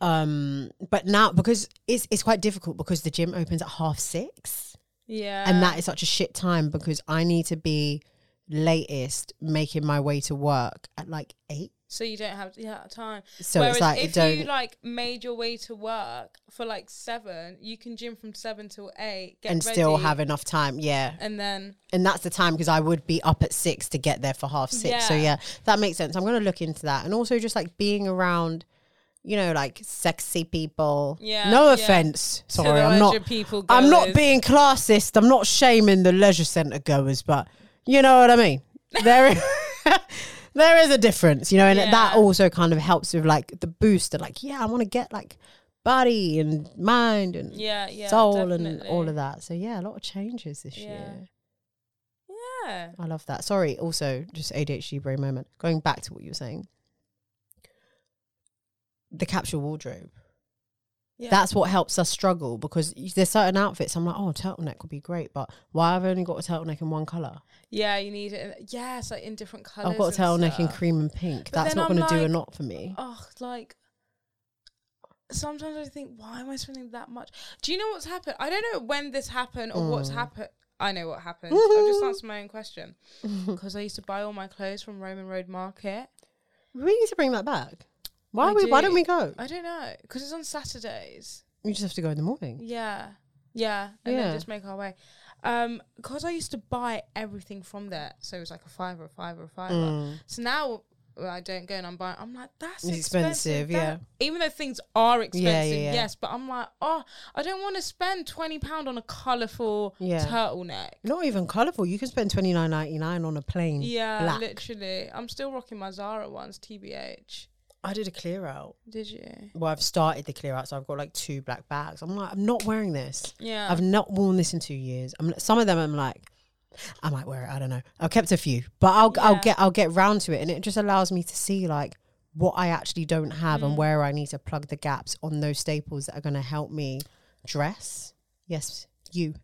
Speaker 2: Um, but now because it's it's quite difficult because the gym opens at half six,
Speaker 1: yeah.
Speaker 2: and that is such a shit time because I need to be latest making my way to work at like eight.
Speaker 1: so you don't have yeah time.
Speaker 2: So
Speaker 1: Whereas
Speaker 2: it's like
Speaker 1: if
Speaker 2: it don't.
Speaker 1: you like made your way to work for like seven, you can gym from seven till eight, get
Speaker 2: and still
Speaker 1: ready,
Speaker 2: have enough time, yeah.
Speaker 1: and then
Speaker 2: and that's the time because I would be up at six to get there for half six. So
Speaker 1: Yeah.
Speaker 2: yeah, that makes sense. I'm gonna look into that, and also just like being around, you know, like sexy people.
Speaker 1: Yeah,
Speaker 2: No
Speaker 1: yeah.
Speaker 2: offense.
Speaker 1: to
Speaker 2: Sorry,
Speaker 1: the
Speaker 2: I'm
Speaker 1: leisure
Speaker 2: not.
Speaker 1: people.
Speaker 2: I'm not
Speaker 1: goers.
Speaker 2: being classist. I'm not shaming the leisure centre goers, but you know what I mean. There is. There is a difference, you know, and that
Speaker 1: Yeah.
Speaker 2: also kind of helps with like the booster. Like, yeah, I want to get like body and mind and
Speaker 1: Yeah, yeah,
Speaker 2: soul and all
Speaker 1: definitely.
Speaker 2: of that. So, yeah, a lot of changes this
Speaker 1: Yeah.
Speaker 2: year.
Speaker 1: Yeah.
Speaker 2: I love that. Sorry, also just ADHD brain moment. Going back to what you were saying, the capsule wardrobe.
Speaker 1: Yeah.
Speaker 2: That's what helps us struggle because y- there's certain outfits. I'm like, oh, a turtleneck would be great, but why I've only got a turtleneck in one color?
Speaker 1: Yeah, you need it. in- Yeah, it's like in different colors.
Speaker 2: I've got a turtleneck in cream and pink. That's
Speaker 1: then
Speaker 2: not
Speaker 1: I'm
Speaker 2: going to do a
Speaker 1: like,
Speaker 2: knot for me.
Speaker 1: Oh, like sometimes I think, why am I spending that much? Do you know what's happened? I don't know when this happened or
Speaker 2: Mm.
Speaker 1: what's happened. I know what happened. I've just answered my own question because I used to buy all my clothes from Roman Road Market.
Speaker 2: We need to bring that back. Why
Speaker 1: I
Speaker 2: are we? Why
Speaker 1: do.
Speaker 2: don't we go?
Speaker 1: I don't know because it's on Saturdays.
Speaker 2: We just have to go in the morning.
Speaker 1: Yeah, yeah, and
Speaker 2: Yeah.
Speaker 1: then just make our way. Um, because I used to buy everything from there, so it was like a fiver, a fiver, a fiver. So now well, I don't go and I'm buying. I'm like, that's
Speaker 2: Mm. It's
Speaker 1: expensive.
Speaker 2: expensive,
Speaker 1: that-" Even though things are expensive,
Speaker 2: yeah.
Speaker 1: yes, but I'm like, oh, I don't want to spend twenty pound on a colourful
Speaker 2: Yeah.
Speaker 1: turtleneck.
Speaker 2: Not even colourful. You can spend twenty nine ninety nine on a plain.
Speaker 1: Yeah,
Speaker 2: Mm. black.
Speaker 1: literally. I'm still rocking my Zara ones, tbh.
Speaker 2: I did a clear out.
Speaker 1: Did you?
Speaker 2: well, I've started the clear out, so I've got like two black bags. I'm like, I'm not wearing this.
Speaker 1: Yeah.
Speaker 2: I've not worn this in two years. I'm some of them. I'm like, I might wear it. I don't know. I've kept a few, but I'll I'll
Speaker 1: Yeah.
Speaker 2: get I'll get round to it, and it just allows me to see like what I actually don't have
Speaker 1: Mm.
Speaker 2: and where I need to plug the gaps on those staples that are going to help me dress. Yes, you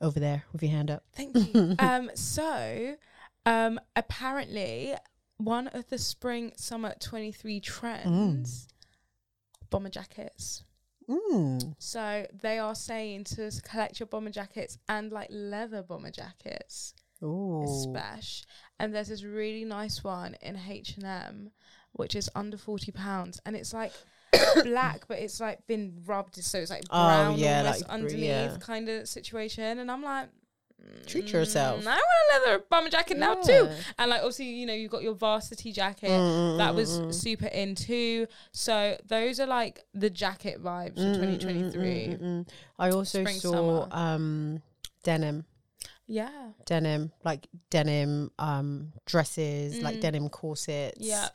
Speaker 2: over there with your hand up.
Speaker 1: Thank you. um, so, um, apparently, one of the spring summer 23 trends bomber jackets.
Speaker 2: Mm.
Speaker 1: So, they are saying to s- collect your bomber jackets and like leather bomber jackets,
Speaker 2: Ooh.
Speaker 1: spesh. And there's this really nice one in H&M, which is under 40 pounds. And it's like, black but it's like been rubbed so it's like
Speaker 2: Oh,
Speaker 1: brown
Speaker 2: yeah,
Speaker 1: almost
Speaker 2: like br-
Speaker 1: underneath
Speaker 2: yeah.
Speaker 1: kind of situation and i'm like
Speaker 2: Treat yourself.
Speaker 1: Mm, I want a leather bomber jacket now too. And like obviously, you know, you've got your varsity jacket that was
Speaker 2: Mm-hmm.
Speaker 1: super in too. So those are like the jacket vibes
Speaker 2: Mm,
Speaker 1: of
Speaker 2: Mm-hmm,
Speaker 1: 2023.
Speaker 2: Mm-mm. mm, I also
Speaker 1: Spring,
Speaker 2: saw
Speaker 1: summer.
Speaker 2: um, denim,
Speaker 1: Yeah.
Speaker 2: denim, like denim um, dresses, like denim corsets.
Speaker 1: Mm. Yeah.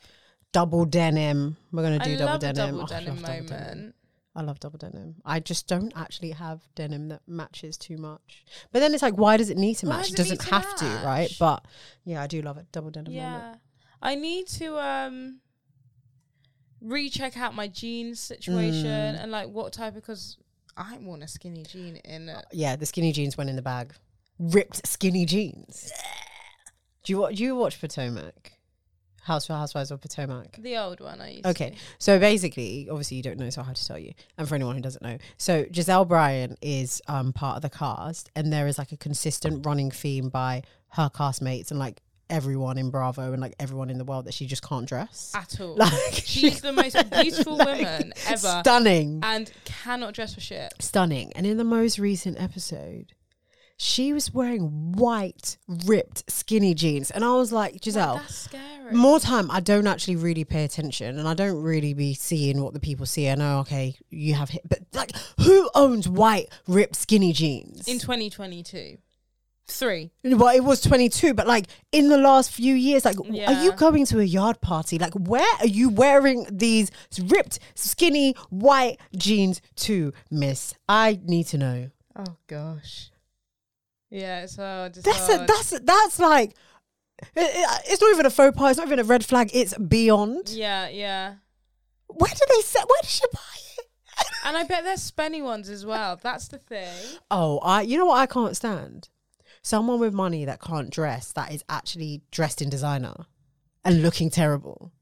Speaker 2: Double denim. We're gonna do
Speaker 1: I
Speaker 2: double
Speaker 1: love a
Speaker 2: denim.
Speaker 1: double
Speaker 2: Oh, I
Speaker 1: denim
Speaker 2: love double
Speaker 1: moment.
Speaker 2: denim. I love double denim. I just don't actually have denim that matches too much. But then it's like, why does it need to
Speaker 1: Why
Speaker 2: match? It
Speaker 1: does it
Speaker 2: doesn't
Speaker 1: need to
Speaker 2: have to, right?
Speaker 1: match?
Speaker 2: But yeah, I do love it. Double denim. moment.
Speaker 1: Yeah. I need to um recheck out my jeans situation
Speaker 2: Mm.
Speaker 1: and like what type because I ain't worn a skinny jean in a
Speaker 2: Yeah, the skinny jeans went in the bag. Ripped skinny jeans. Do you watch? Do you watch Potomac? House for Housewives of Potomac.
Speaker 1: the old one I used
Speaker 2: Okay. So basically, obviously you don't know, so I have to tell you. And for anyone who doesn't know, so Giselle Bryan is um part of the cast and there is like a consistent running theme by her castmates and like everyone in Bravo and like everyone in the world that she just can't dress.
Speaker 1: to at all.
Speaker 2: Like
Speaker 1: She's the most beautiful woman ever
Speaker 2: Stunning.
Speaker 1: and cannot dress for shit.
Speaker 2: Stunning. And in the most recent episode, she was wearing white, ripped, skinny jeans. And I was like, Giselle,
Speaker 1: That's scary.
Speaker 2: more time i don't actually really pay attention and i don't really be seeing what the people see i know okay you have hit but like who owns white ripped skinny jeans
Speaker 1: in 2022. Three.
Speaker 2: well it was 22 but like in the last few years like are you
Speaker 1: Yeah.
Speaker 2: going to a yard party like where are you wearing these ripped skinny white jeans to miss i need to know
Speaker 1: Oh gosh. Yeah, it's hard. It's
Speaker 2: that's
Speaker 1: hard.
Speaker 2: a, that's a, that's like it- it- it's not even a faux pas it's not even a red flag it's beyond
Speaker 1: yeah, yeah.
Speaker 2: where do they set where did she buy it
Speaker 1: And I bet there's spenny ones as well. That's the thing.
Speaker 2: Oh, I you know what I can't stand? Someone with money that can't dress that is actually dressed in designer and looking terrible.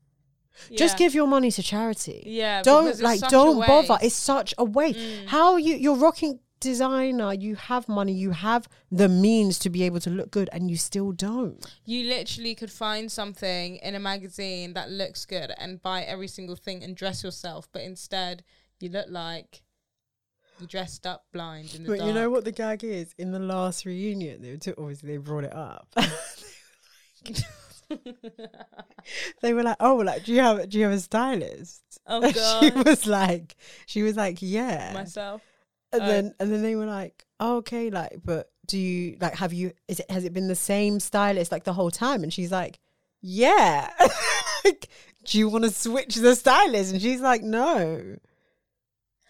Speaker 2: Just
Speaker 1: Yeah.
Speaker 2: give your money to charity.
Speaker 1: Yeah,
Speaker 2: Don't
Speaker 1: because it's
Speaker 2: like
Speaker 1: such a
Speaker 2: don't bother.
Speaker 1: waste. Mm.
Speaker 2: It's such a waste. How you you're rocking designer, you have money, you have the means to be able to look good and you still don't.
Speaker 1: You literally could find something in a magazine that looks good and buy every single thing and dress yourself, but instead you look like you dressed up blind in the
Speaker 2: But
Speaker 1: dark.
Speaker 2: you know what the gag is? In the last reunion, they took, obviously they brought it up. they were like, "Oh, like do you have do you have a stylist?"
Speaker 1: Oh
Speaker 2: And she
Speaker 1: god.
Speaker 2: was like, she was like, yeah.
Speaker 1: Myself.
Speaker 2: and
Speaker 1: oh.
Speaker 2: then and then they were like, oh, okay, like, but do you like have you is it has it been the same stylist like the whole time? And she's like, yeah. like, do you want to switch the stylist? And she's like, no.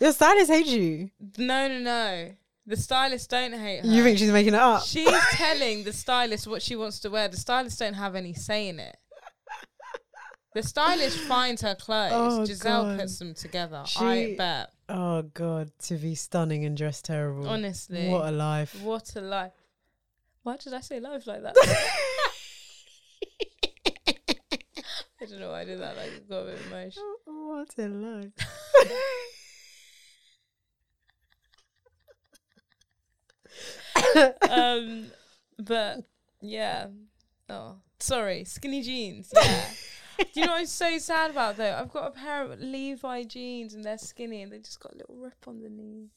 Speaker 2: Your stylist hates you.
Speaker 1: No, no, no. The stylists don't hate her.
Speaker 2: You think she's making it up?
Speaker 1: She's telling the stylist what she wants to wear. The stylist don't have any say in it. The stylist finds her clothes.
Speaker 2: Oh,
Speaker 1: Giselle
Speaker 2: God.
Speaker 1: puts them together.
Speaker 2: She-
Speaker 1: I bet.
Speaker 2: oh God, to be stunning and dressed terrible.
Speaker 1: Honestly.
Speaker 2: what a life.
Speaker 1: What a life. Why did I say life like that? I don't know why I did that. Like, it got a bit emotional.
Speaker 2: What a life.
Speaker 1: Um, but yeah. Oh, sorry. Skinny jeans. Yeah. Do you know what I'm so sad about though? I've got a pair of Levi jeans and they're skinny and they just got a little rip on the knee.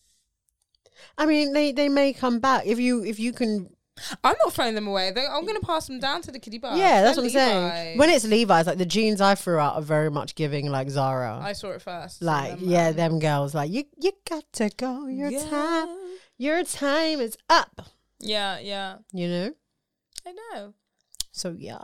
Speaker 2: I mean, they they may come back if you if you can.
Speaker 1: I'm not throwing them away. They- I'm going to pass them down to the kiddie bar.
Speaker 2: yeah, that's what I'm saying. When it's Levi's, like the jeans I threw out are very much giving like Zara,
Speaker 1: I saw it first. so
Speaker 2: like
Speaker 1: then,
Speaker 2: yeah,
Speaker 1: um,
Speaker 2: them girls. Like you you got to go. Your
Speaker 1: yeah.
Speaker 2: time, your time is up.
Speaker 1: Yeah, yeah.
Speaker 2: You know.
Speaker 1: I know.
Speaker 2: So yeah.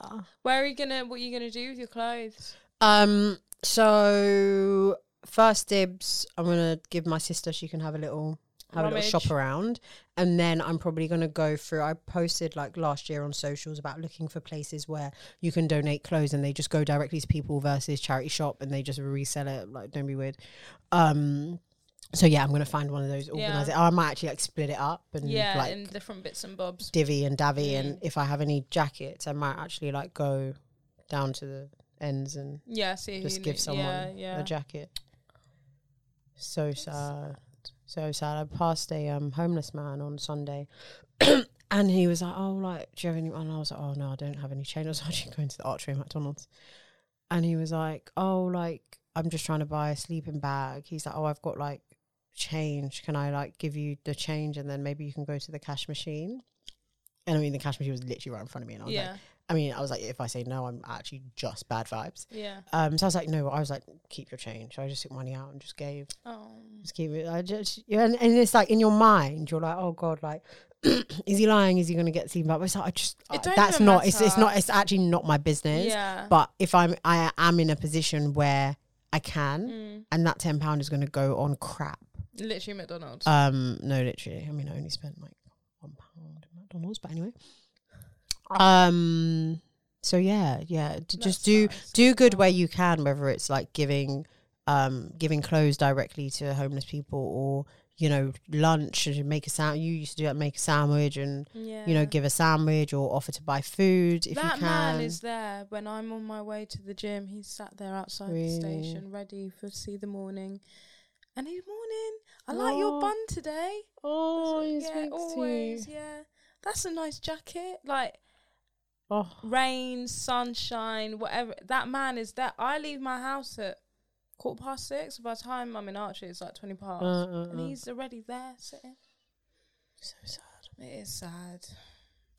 Speaker 1: Where are you gonna? What are you gonna do with your clothes?
Speaker 2: Um. So first dibs, I'm gonna give my sister. She can have a little have a little shop
Speaker 1: Rummage.
Speaker 2: around, and then I'm probably gonna go through. I posted like last year on socials about looking for places where you can donate clothes, and they just go directly to people versus charity shop, and they just resell it. Like, don't be weird. Um. So yeah, I'm gonna find one of those. Organize it. I might actually like split it up and
Speaker 1: yeah,
Speaker 2: like
Speaker 1: in different bits and bobs.
Speaker 2: divvy and davy, and if I have any jackets, I might actually like go down to the ends and
Speaker 1: Yeah, see. who
Speaker 2: just
Speaker 1: you
Speaker 2: give
Speaker 1: need-
Speaker 2: someone
Speaker 1: Yeah, yeah.
Speaker 2: a jacket. So sad. So sad. I passed a um, homeless man on Sunday and he was like, Oh, like, do you have any? And I was like, Oh, no, I don't have any change. I was actually going to the archery at McDonald's. And he was like, Oh, like, I'm just trying to buy a sleeping bag. He's like, Oh, I've got like change. Can I like give you the change and then maybe you can go to the cash machine? and I mean the cash machine was literally right in front of me, and I was
Speaker 1: yeah,
Speaker 2: like, I mean, I was like, if I say no, I'm actually just bad vibes.
Speaker 1: yeah.
Speaker 2: Um, so I was like, no, I was like, keep your change. So I just took money out and just gave,
Speaker 1: Oh,
Speaker 2: just keep it. I just, yeah, and, and it's like in your mind, you're like, oh god, like, is he lying? Is he gonna get seen? But it's like, I just,
Speaker 1: It
Speaker 2: I-
Speaker 1: don't
Speaker 2: that's
Speaker 1: even
Speaker 2: not. It's, it's
Speaker 1: matter.
Speaker 2: not. It's actually not my business.
Speaker 1: yeah.
Speaker 2: But if I'm, I am in a position where I can,
Speaker 1: Mm.
Speaker 2: and that ten pound is gonna go on crap.
Speaker 1: Literally McDonald's.
Speaker 2: Um, no, literally. I mean, I only spent like one pound at McDonald's, but anyway. Um. So yeah, yeah. d-
Speaker 1: Oh. That's
Speaker 2: just do
Speaker 1: nice.
Speaker 2: do good where you can, whether it's like giving, um, giving clothes directly to homeless people, or you know, lunch and make a sandwich. You used to do that, make a sandwich, and
Speaker 1: Yeah.
Speaker 2: you know, give a sandwich or offer to buy food if
Speaker 1: that
Speaker 2: you can.
Speaker 1: man is there when I'm on my way to the gym. He's sat there outside
Speaker 2: Really?
Speaker 1: the station, ready for see the morning. And he's morning. I like your
Speaker 2: Aw.
Speaker 1: bun today.
Speaker 2: oh,
Speaker 1: So,
Speaker 2: he
Speaker 1: yeah,
Speaker 2: speaks to
Speaker 1: always.
Speaker 2: you.
Speaker 1: Yeah, that's a nice jacket. Like
Speaker 2: Oh,
Speaker 1: rain, sunshine, whatever. That man is there. I leave my house at quarter past six. By the time I'm in Archie, it's like twenty past,
Speaker 2: uh, uh,
Speaker 1: Oh, and
Speaker 2: uh.
Speaker 1: he's already there sitting.
Speaker 2: so sad.
Speaker 1: It is sad,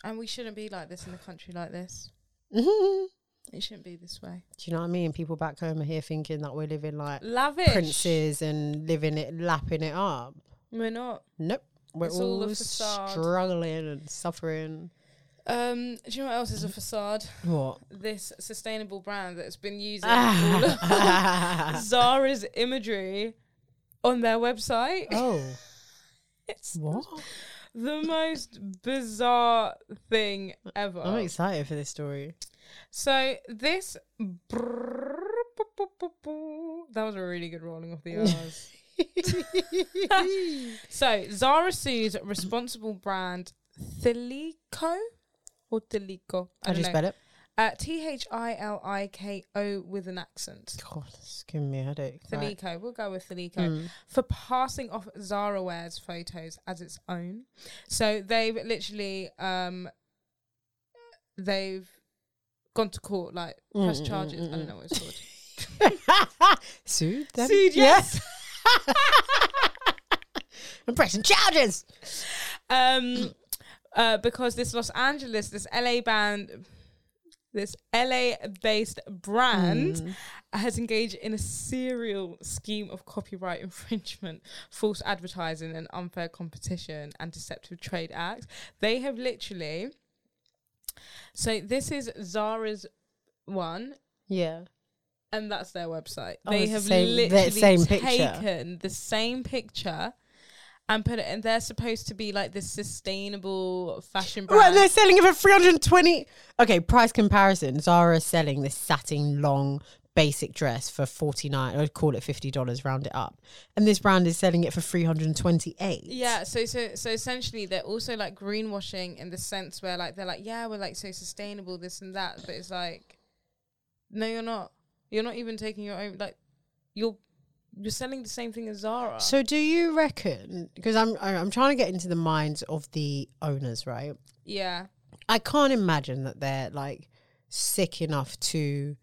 Speaker 1: and we shouldn't be like this in the country like this.
Speaker 2: do
Speaker 1: It shouldn't be this way.
Speaker 2: you know what I mean? People back home are here thinking that we're living like
Speaker 1: Lavish.
Speaker 2: princes and living it, lapping it up.
Speaker 1: We're not.
Speaker 2: Nope. We're
Speaker 1: It's all
Speaker 2: all,
Speaker 1: a facade.
Speaker 2: struggling and suffering.
Speaker 1: Um, do you know what else is a facade?
Speaker 2: What?
Speaker 1: This sustainable brand that's been using all of
Speaker 2: oh,
Speaker 1: Zara's imagery on their website.
Speaker 2: Oh.
Speaker 1: It's
Speaker 2: what?
Speaker 1: the most bizarre thing ever.
Speaker 2: I'm excited for this story.
Speaker 1: So this that was a really good rolling off the R's. so Zara sues responsible brand Thilico or Thilico. I
Speaker 2: How do
Speaker 1: don't
Speaker 2: you
Speaker 1: know.
Speaker 2: spell it?
Speaker 1: Uh, T H I L I K O with an accent.
Speaker 2: God, it's giving me a headache. Right.
Speaker 1: Thilico. We'll go with Thilico
Speaker 2: Mm.
Speaker 1: for passing off Zara Wear's photos as its own. So they've literally um they've gone to court, like press
Speaker 2: Mm, mm,
Speaker 1: charges.
Speaker 2: mm,
Speaker 1: I don't know what it's called.
Speaker 2: Sued them?
Speaker 1: Sued, yes.
Speaker 2: I'm pressing charges.
Speaker 1: um uh because this Los Angeles, this LA band this LA based brand has engaged in a serial scheme of copyright infringement, false advertising, and unfair competition and deceptive trade acts. They have literally. So this is Zara's one,
Speaker 2: Yeah.
Speaker 1: and that's their website.
Speaker 2: Oh,
Speaker 1: they
Speaker 2: it's the
Speaker 1: have
Speaker 2: same- the
Speaker 1: literally
Speaker 2: same picture.
Speaker 1: taken the same picture. And put it, and they're supposed to be like this sustainable fashion brand.
Speaker 2: Right, they're selling it for 320. Okay, price comparison. Zara is selling this satin long basic dress for 49, I'd call it $50, round it up. And this brand is selling it for 328.
Speaker 1: Yeah, so so so essentially they're also like greenwashing in the sense where like they're like, yeah, we're like so sustainable, this and that, but it's like, no, you're not. You're not even taking your own like, you're you're selling the same thing as Zara.
Speaker 2: So do you reckon because I'm I- I'm trying to get into the minds of the owners, right?
Speaker 1: yeah,
Speaker 2: I can't imagine that they're like sick enough to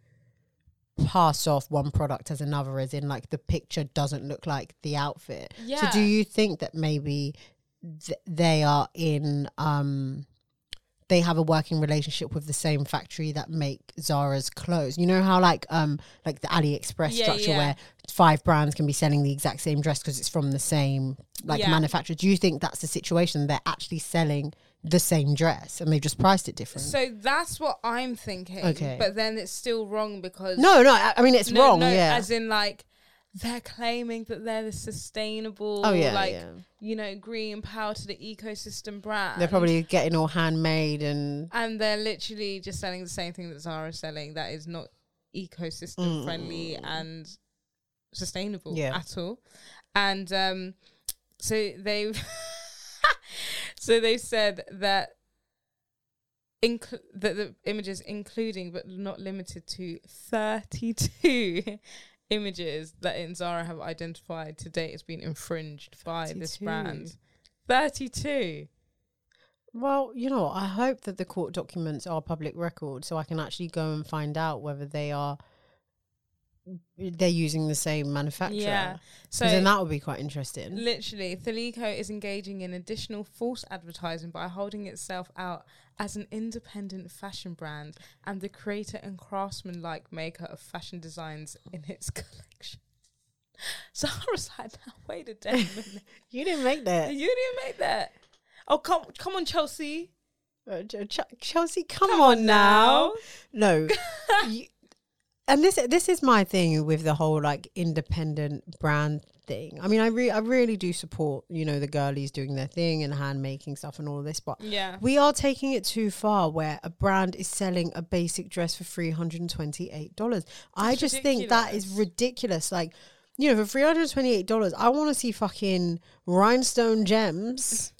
Speaker 2: pass off one product as another as in like the picture doesn't look like the outfit so
Speaker 1: Yeah.
Speaker 2: do you think that maybe th- they are in um they have a working relationship with the same factory that make Zara's clothes. You know how like um like the AliExpress
Speaker 1: Yeah,
Speaker 2: structure
Speaker 1: yeah.
Speaker 2: where five brands can be selling the exact same dress because it's from the same like
Speaker 1: Yeah.
Speaker 2: manufacturer. Do you think that's the situation? They're actually selling the same dress and they've just priced it different.
Speaker 1: so that's what I'm thinking.
Speaker 2: Okay.
Speaker 1: but then it's still wrong because
Speaker 2: no, no. I, I mean it's
Speaker 1: No,
Speaker 2: wrong.
Speaker 1: no,
Speaker 2: yeah.
Speaker 1: as in like they're claiming that they're the sustainable.
Speaker 2: oh yeah.
Speaker 1: like
Speaker 2: yeah.
Speaker 1: you know, green power to the ecosystem brand.
Speaker 2: They're probably getting all handmade and
Speaker 1: and they're literally just selling the same thing that Zara's selling that is not ecosystem friendly and sustainable
Speaker 2: Yeah.
Speaker 1: at all. And um, so they've so they said that incl- that the images including but not limited to 32 images that in Zara have identified to date has been infringed by this
Speaker 2: 32.
Speaker 1: brand. 32.
Speaker 2: Well, you know, I hope that the court documents are public record so I can actually go and find out whether they are they're using the same manufacturer.
Speaker 1: Yeah.
Speaker 2: 'Cause then
Speaker 1: So
Speaker 2: that would be quite interesting.
Speaker 1: literally, Thalico is engaging in additional false advertising by holding itself out as an independent fashion brand and the creator and craftsman-like maker of fashion designs in its collection. So I was like, now, wait a damn minute.
Speaker 2: You didn't make that.
Speaker 1: you didn't make that. Oh, come, come on, Chelsea.
Speaker 2: Uh, Ch- Ch- Chelsea, come, on, now. No. You- and this this is my thing with the whole like independent brand thing. I mean, I re- I really do support, you know, the girlies doing their thing and hand making stuff and all this, but
Speaker 1: Yeah.
Speaker 2: we are taking it too far where a brand is selling a basic dress for $328. I
Speaker 1: That's
Speaker 2: just think that is ridiculous. Like, you know, for $328, I want to see fucking rhinestone gems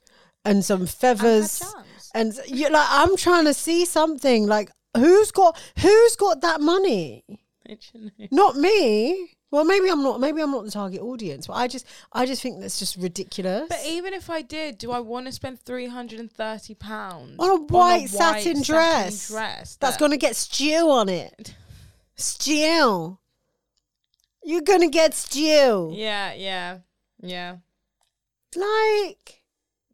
Speaker 2: and some feathers
Speaker 1: charms.
Speaker 2: and you like I'm trying to see something like who's got who's got that money?
Speaker 1: Literally.
Speaker 2: Not me. Well, maybe I'm not maybe I'm not the target audience, but I just I just think that's just ridiculous.
Speaker 1: But even if I did, do I want to spend three hundred and thirty pounds
Speaker 2: On a white satin dress.
Speaker 1: dress
Speaker 2: That's
Speaker 1: that-
Speaker 2: gonna get stew on it. Stew. You're gonna get stew.
Speaker 1: Yeah, yeah, yeah.
Speaker 2: Like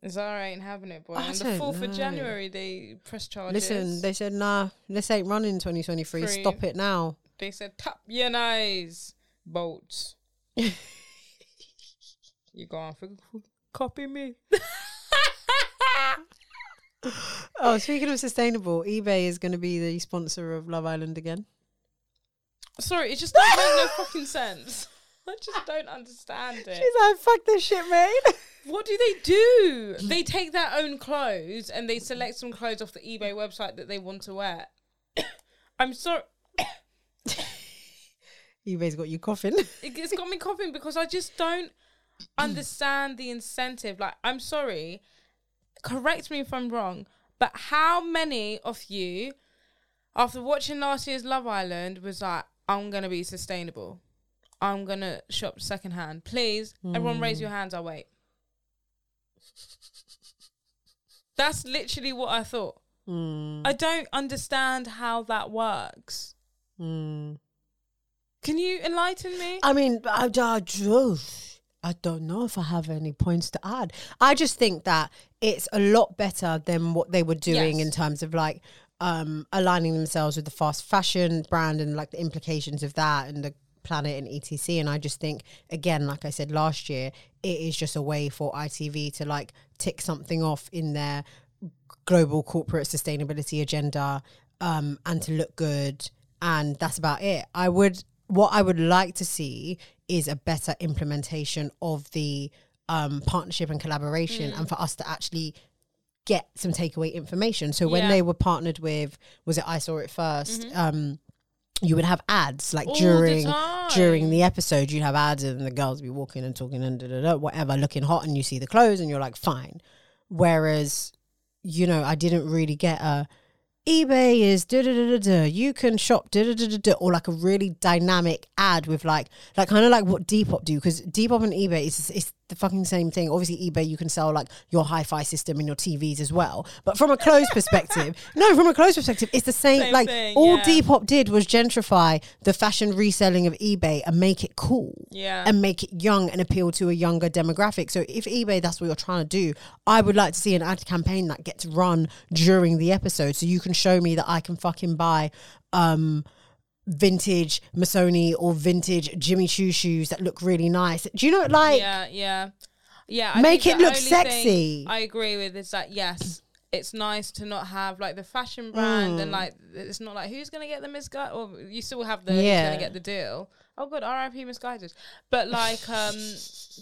Speaker 1: It's all right having it, boy.
Speaker 2: Oh, I
Speaker 1: On the
Speaker 2: don't
Speaker 1: fourth of
Speaker 2: know.
Speaker 1: January, they press charges.
Speaker 2: Listen, they said nah, this ain't running twenty twenty three.
Speaker 1: Free.
Speaker 2: Stop it now.
Speaker 1: they said tap your eyes, bolts. you go on for copy me.
Speaker 2: Oh, speaking of sustainable, eBay is gonna be the sponsor of Love Island again.
Speaker 1: Sorry, it just doesn't make no fucking sense. I just don't understand it.
Speaker 2: She's like, fuck this shit, mate.
Speaker 1: What do they do? They take their own clothes and they select some clothes off the eBay website that they want to wear. I'm sorry,
Speaker 2: eBay's got you coughing.
Speaker 1: it- it's got me coughing because I just don't understand the incentive. Like, I'm sorry, correct me if I'm wrong, but how many of you, after watching last year's Love Island, was like, I'm gonna be sustainable, I'm gonna shop secondhand? Please, everyone raise your hands. I'll wait. That's literally what I thought. I don't understand how that works. Can you enlighten me?
Speaker 2: I mean, I, I, just- I don't know if I have any points to add. I just think that it's a lot better than what they were doing
Speaker 1: Yes.
Speaker 2: in terms of like um, aligning themselves with the fast fashion brand and like the implications of that and the planet and etc. And I just think, again, like I said last year, it is just a way for ITV to like tick something off in their global corporate sustainability agenda um, and to look good. And that's about it. I would, what I would like to see is a better implementation of the um, partnership and collaboration and for us to actually get some takeaway information. So when
Speaker 1: Yeah. Mm-hmm.
Speaker 2: they were partnered with, was it I Saw It 1st Um, you would have ads like
Speaker 1: All the
Speaker 2: during
Speaker 1: time.
Speaker 2: during the episode you'd have ads and the girls be walking and talking and da, da, da, whatever looking hot and you see the clothes and you're like fine whereas you know i didn't really get a ebay is da da da da da you can shop da da da da da or like a really dynamic ad with like like kind of like what depop do because depop and ebay is it's the fucking same thing obviously ebay you can sell like your hi-fi system and your tvs as well but from a clothes perspective no from a clothes perspective it's the same,
Speaker 1: Same
Speaker 2: like
Speaker 1: thing,
Speaker 2: all
Speaker 1: yeah.
Speaker 2: depop did was gentrify the fashion reselling of ebay and make it cool
Speaker 1: Yeah.
Speaker 2: and make it young and appeal to a younger demographic. So if eBay that's what you're trying to do, I would like to see an ad campaign that gets run during the episode so you can show me that I can fucking buy um vintage Missoni or vintage Jimmy Choo shoes that look really nice. Do you know like
Speaker 1: yeah, yeah, yeah. I
Speaker 2: Make
Speaker 1: think
Speaker 2: it
Speaker 1: the
Speaker 2: look
Speaker 1: only
Speaker 2: sexy.
Speaker 1: Thing I agree with is that yes, it's nice to not have like the
Speaker 2: Mm.
Speaker 1: fashion brand and like it's not like who's gonna get the misguided or you still have the
Speaker 2: Yeah.
Speaker 1: who's gonna get the deal. Oh good, R.I.P. misguided. But like, um,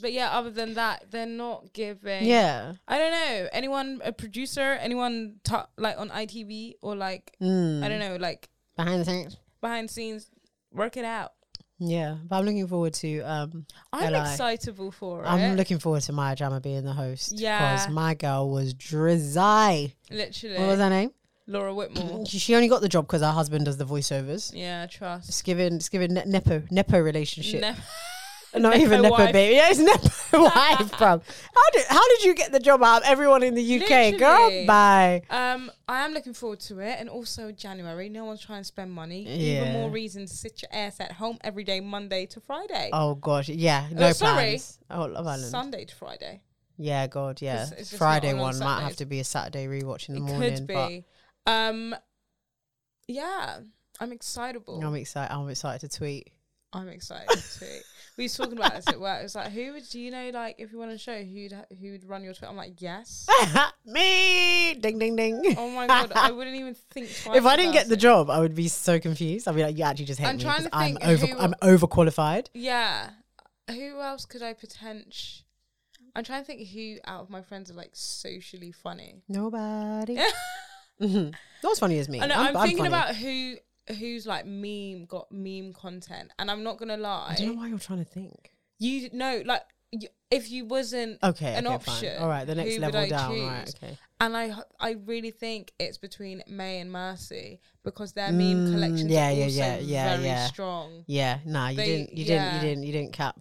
Speaker 1: but yeah, other than that, they're not giving.
Speaker 2: Yeah.
Speaker 1: I don't know anyone a producer, anyone ta- like on ITV or like
Speaker 2: Mm.
Speaker 1: I don't know like
Speaker 2: Behind the scenes.
Speaker 1: behind scenes, work it out.
Speaker 2: Yeah. But I'm looking forward to um
Speaker 1: I'm
Speaker 2: LI.
Speaker 1: excitable for it.
Speaker 2: I'm looking forward to Maya Jama being the host.
Speaker 1: Yeah.
Speaker 2: Because my girl was drizzy.
Speaker 1: Literally,
Speaker 2: What was her name?
Speaker 1: Laura Whitmore.
Speaker 2: She only got the job because her husband does the voiceovers.
Speaker 1: Yeah, trust.
Speaker 2: It's given, it's given ne- nepo, nepo relationship.
Speaker 1: Ne-
Speaker 2: Not even
Speaker 1: Nepo
Speaker 2: nepo
Speaker 1: wife.
Speaker 2: baby. Yeah, it's nepo wife, bro. How did how did you get the job out of everyone in the UK, girl?
Speaker 1: Literally.
Speaker 2: Bye.
Speaker 1: Um, I am looking forward to it, and also January. No one's trying to spend money.
Speaker 2: Yeah.
Speaker 1: Even more reason to sit your ass at home every day, Monday to Friday,
Speaker 2: Oh gosh, yeah, no
Speaker 1: sorry.
Speaker 2: plans. Oh, Love Island.
Speaker 1: Sunday to Friday.
Speaker 2: yeah, God, yeah.
Speaker 1: 'Cause it's just not
Speaker 2: Friday
Speaker 1: on on
Speaker 2: one might have
Speaker 1: Sundays.
Speaker 2: to be a Saturday rewatch in the
Speaker 1: it
Speaker 2: morning.
Speaker 1: could
Speaker 2: but
Speaker 1: be. Um, yeah, I'm excitable.
Speaker 2: I'm excited. I'm excited to tweet.
Speaker 1: I'm excited too. We was talking about this at work. It was like, who would do you know? Like, if you want to show who'd who would run your Twitter? I'm like, yes.
Speaker 2: Me, ding, ding, ding.
Speaker 1: Oh my god, I wouldn't even think twice.
Speaker 2: if I didn't
Speaker 1: about
Speaker 2: get the
Speaker 1: it.
Speaker 2: job, I would be so confused. I'd be like, you actually just hate
Speaker 1: I'm
Speaker 2: me
Speaker 1: trying
Speaker 2: 'cause
Speaker 1: to
Speaker 2: I'm
Speaker 1: think
Speaker 2: over.
Speaker 1: who-
Speaker 2: I'm overqualified.
Speaker 1: Yeah. Who else could I potentially? I'm trying to think who out of my friends are like socially funny.
Speaker 2: Nobody. Mhm. Not as funny as me.
Speaker 1: I know,
Speaker 2: I'm,
Speaker 1: I'm,
Speaker 2: I'm
Speaker 1: thinking
Speaker 2: funny.
Speaker 1: about who who's like meme got meme content, and I'm not gonna
Speaker 2: I don't know
Speaker 1: lie.
Speaker 2: why you're trying to think.
Speaker 1: You know, like y- if you wasn't
Speaker 2: Okay.
Speaker 1: an
Speaker 2: okay,
Speaker 1: option,
Speaker 2: Fine. All right. The next
Speaker 1: who would
Speaker 2: level
Speaker 1: I
Speaker 2: down. Right.
Speaker 1: choose?
Speaker 2: Okay.
Speaker 1: And I, h- I really think it's between May and Mercy because their meme
Speaker 2: Mm,
Speaker 1: collections
Speaker 2: yeah,
Speaker 1: are
Speaker 2: yeah,
Speaker 1: also
Speaker 2: yeah, yeah,
Speaker 1: very
Speaker 2: yeah.
Speaker 1: strong.
Speaker 2: Yeah. Nah. You
Speaker 1: They-
Speaker 2: didn't. You
Speaker 1: yeah.
Speaker 2: didn't. You didn't. You didn't cap.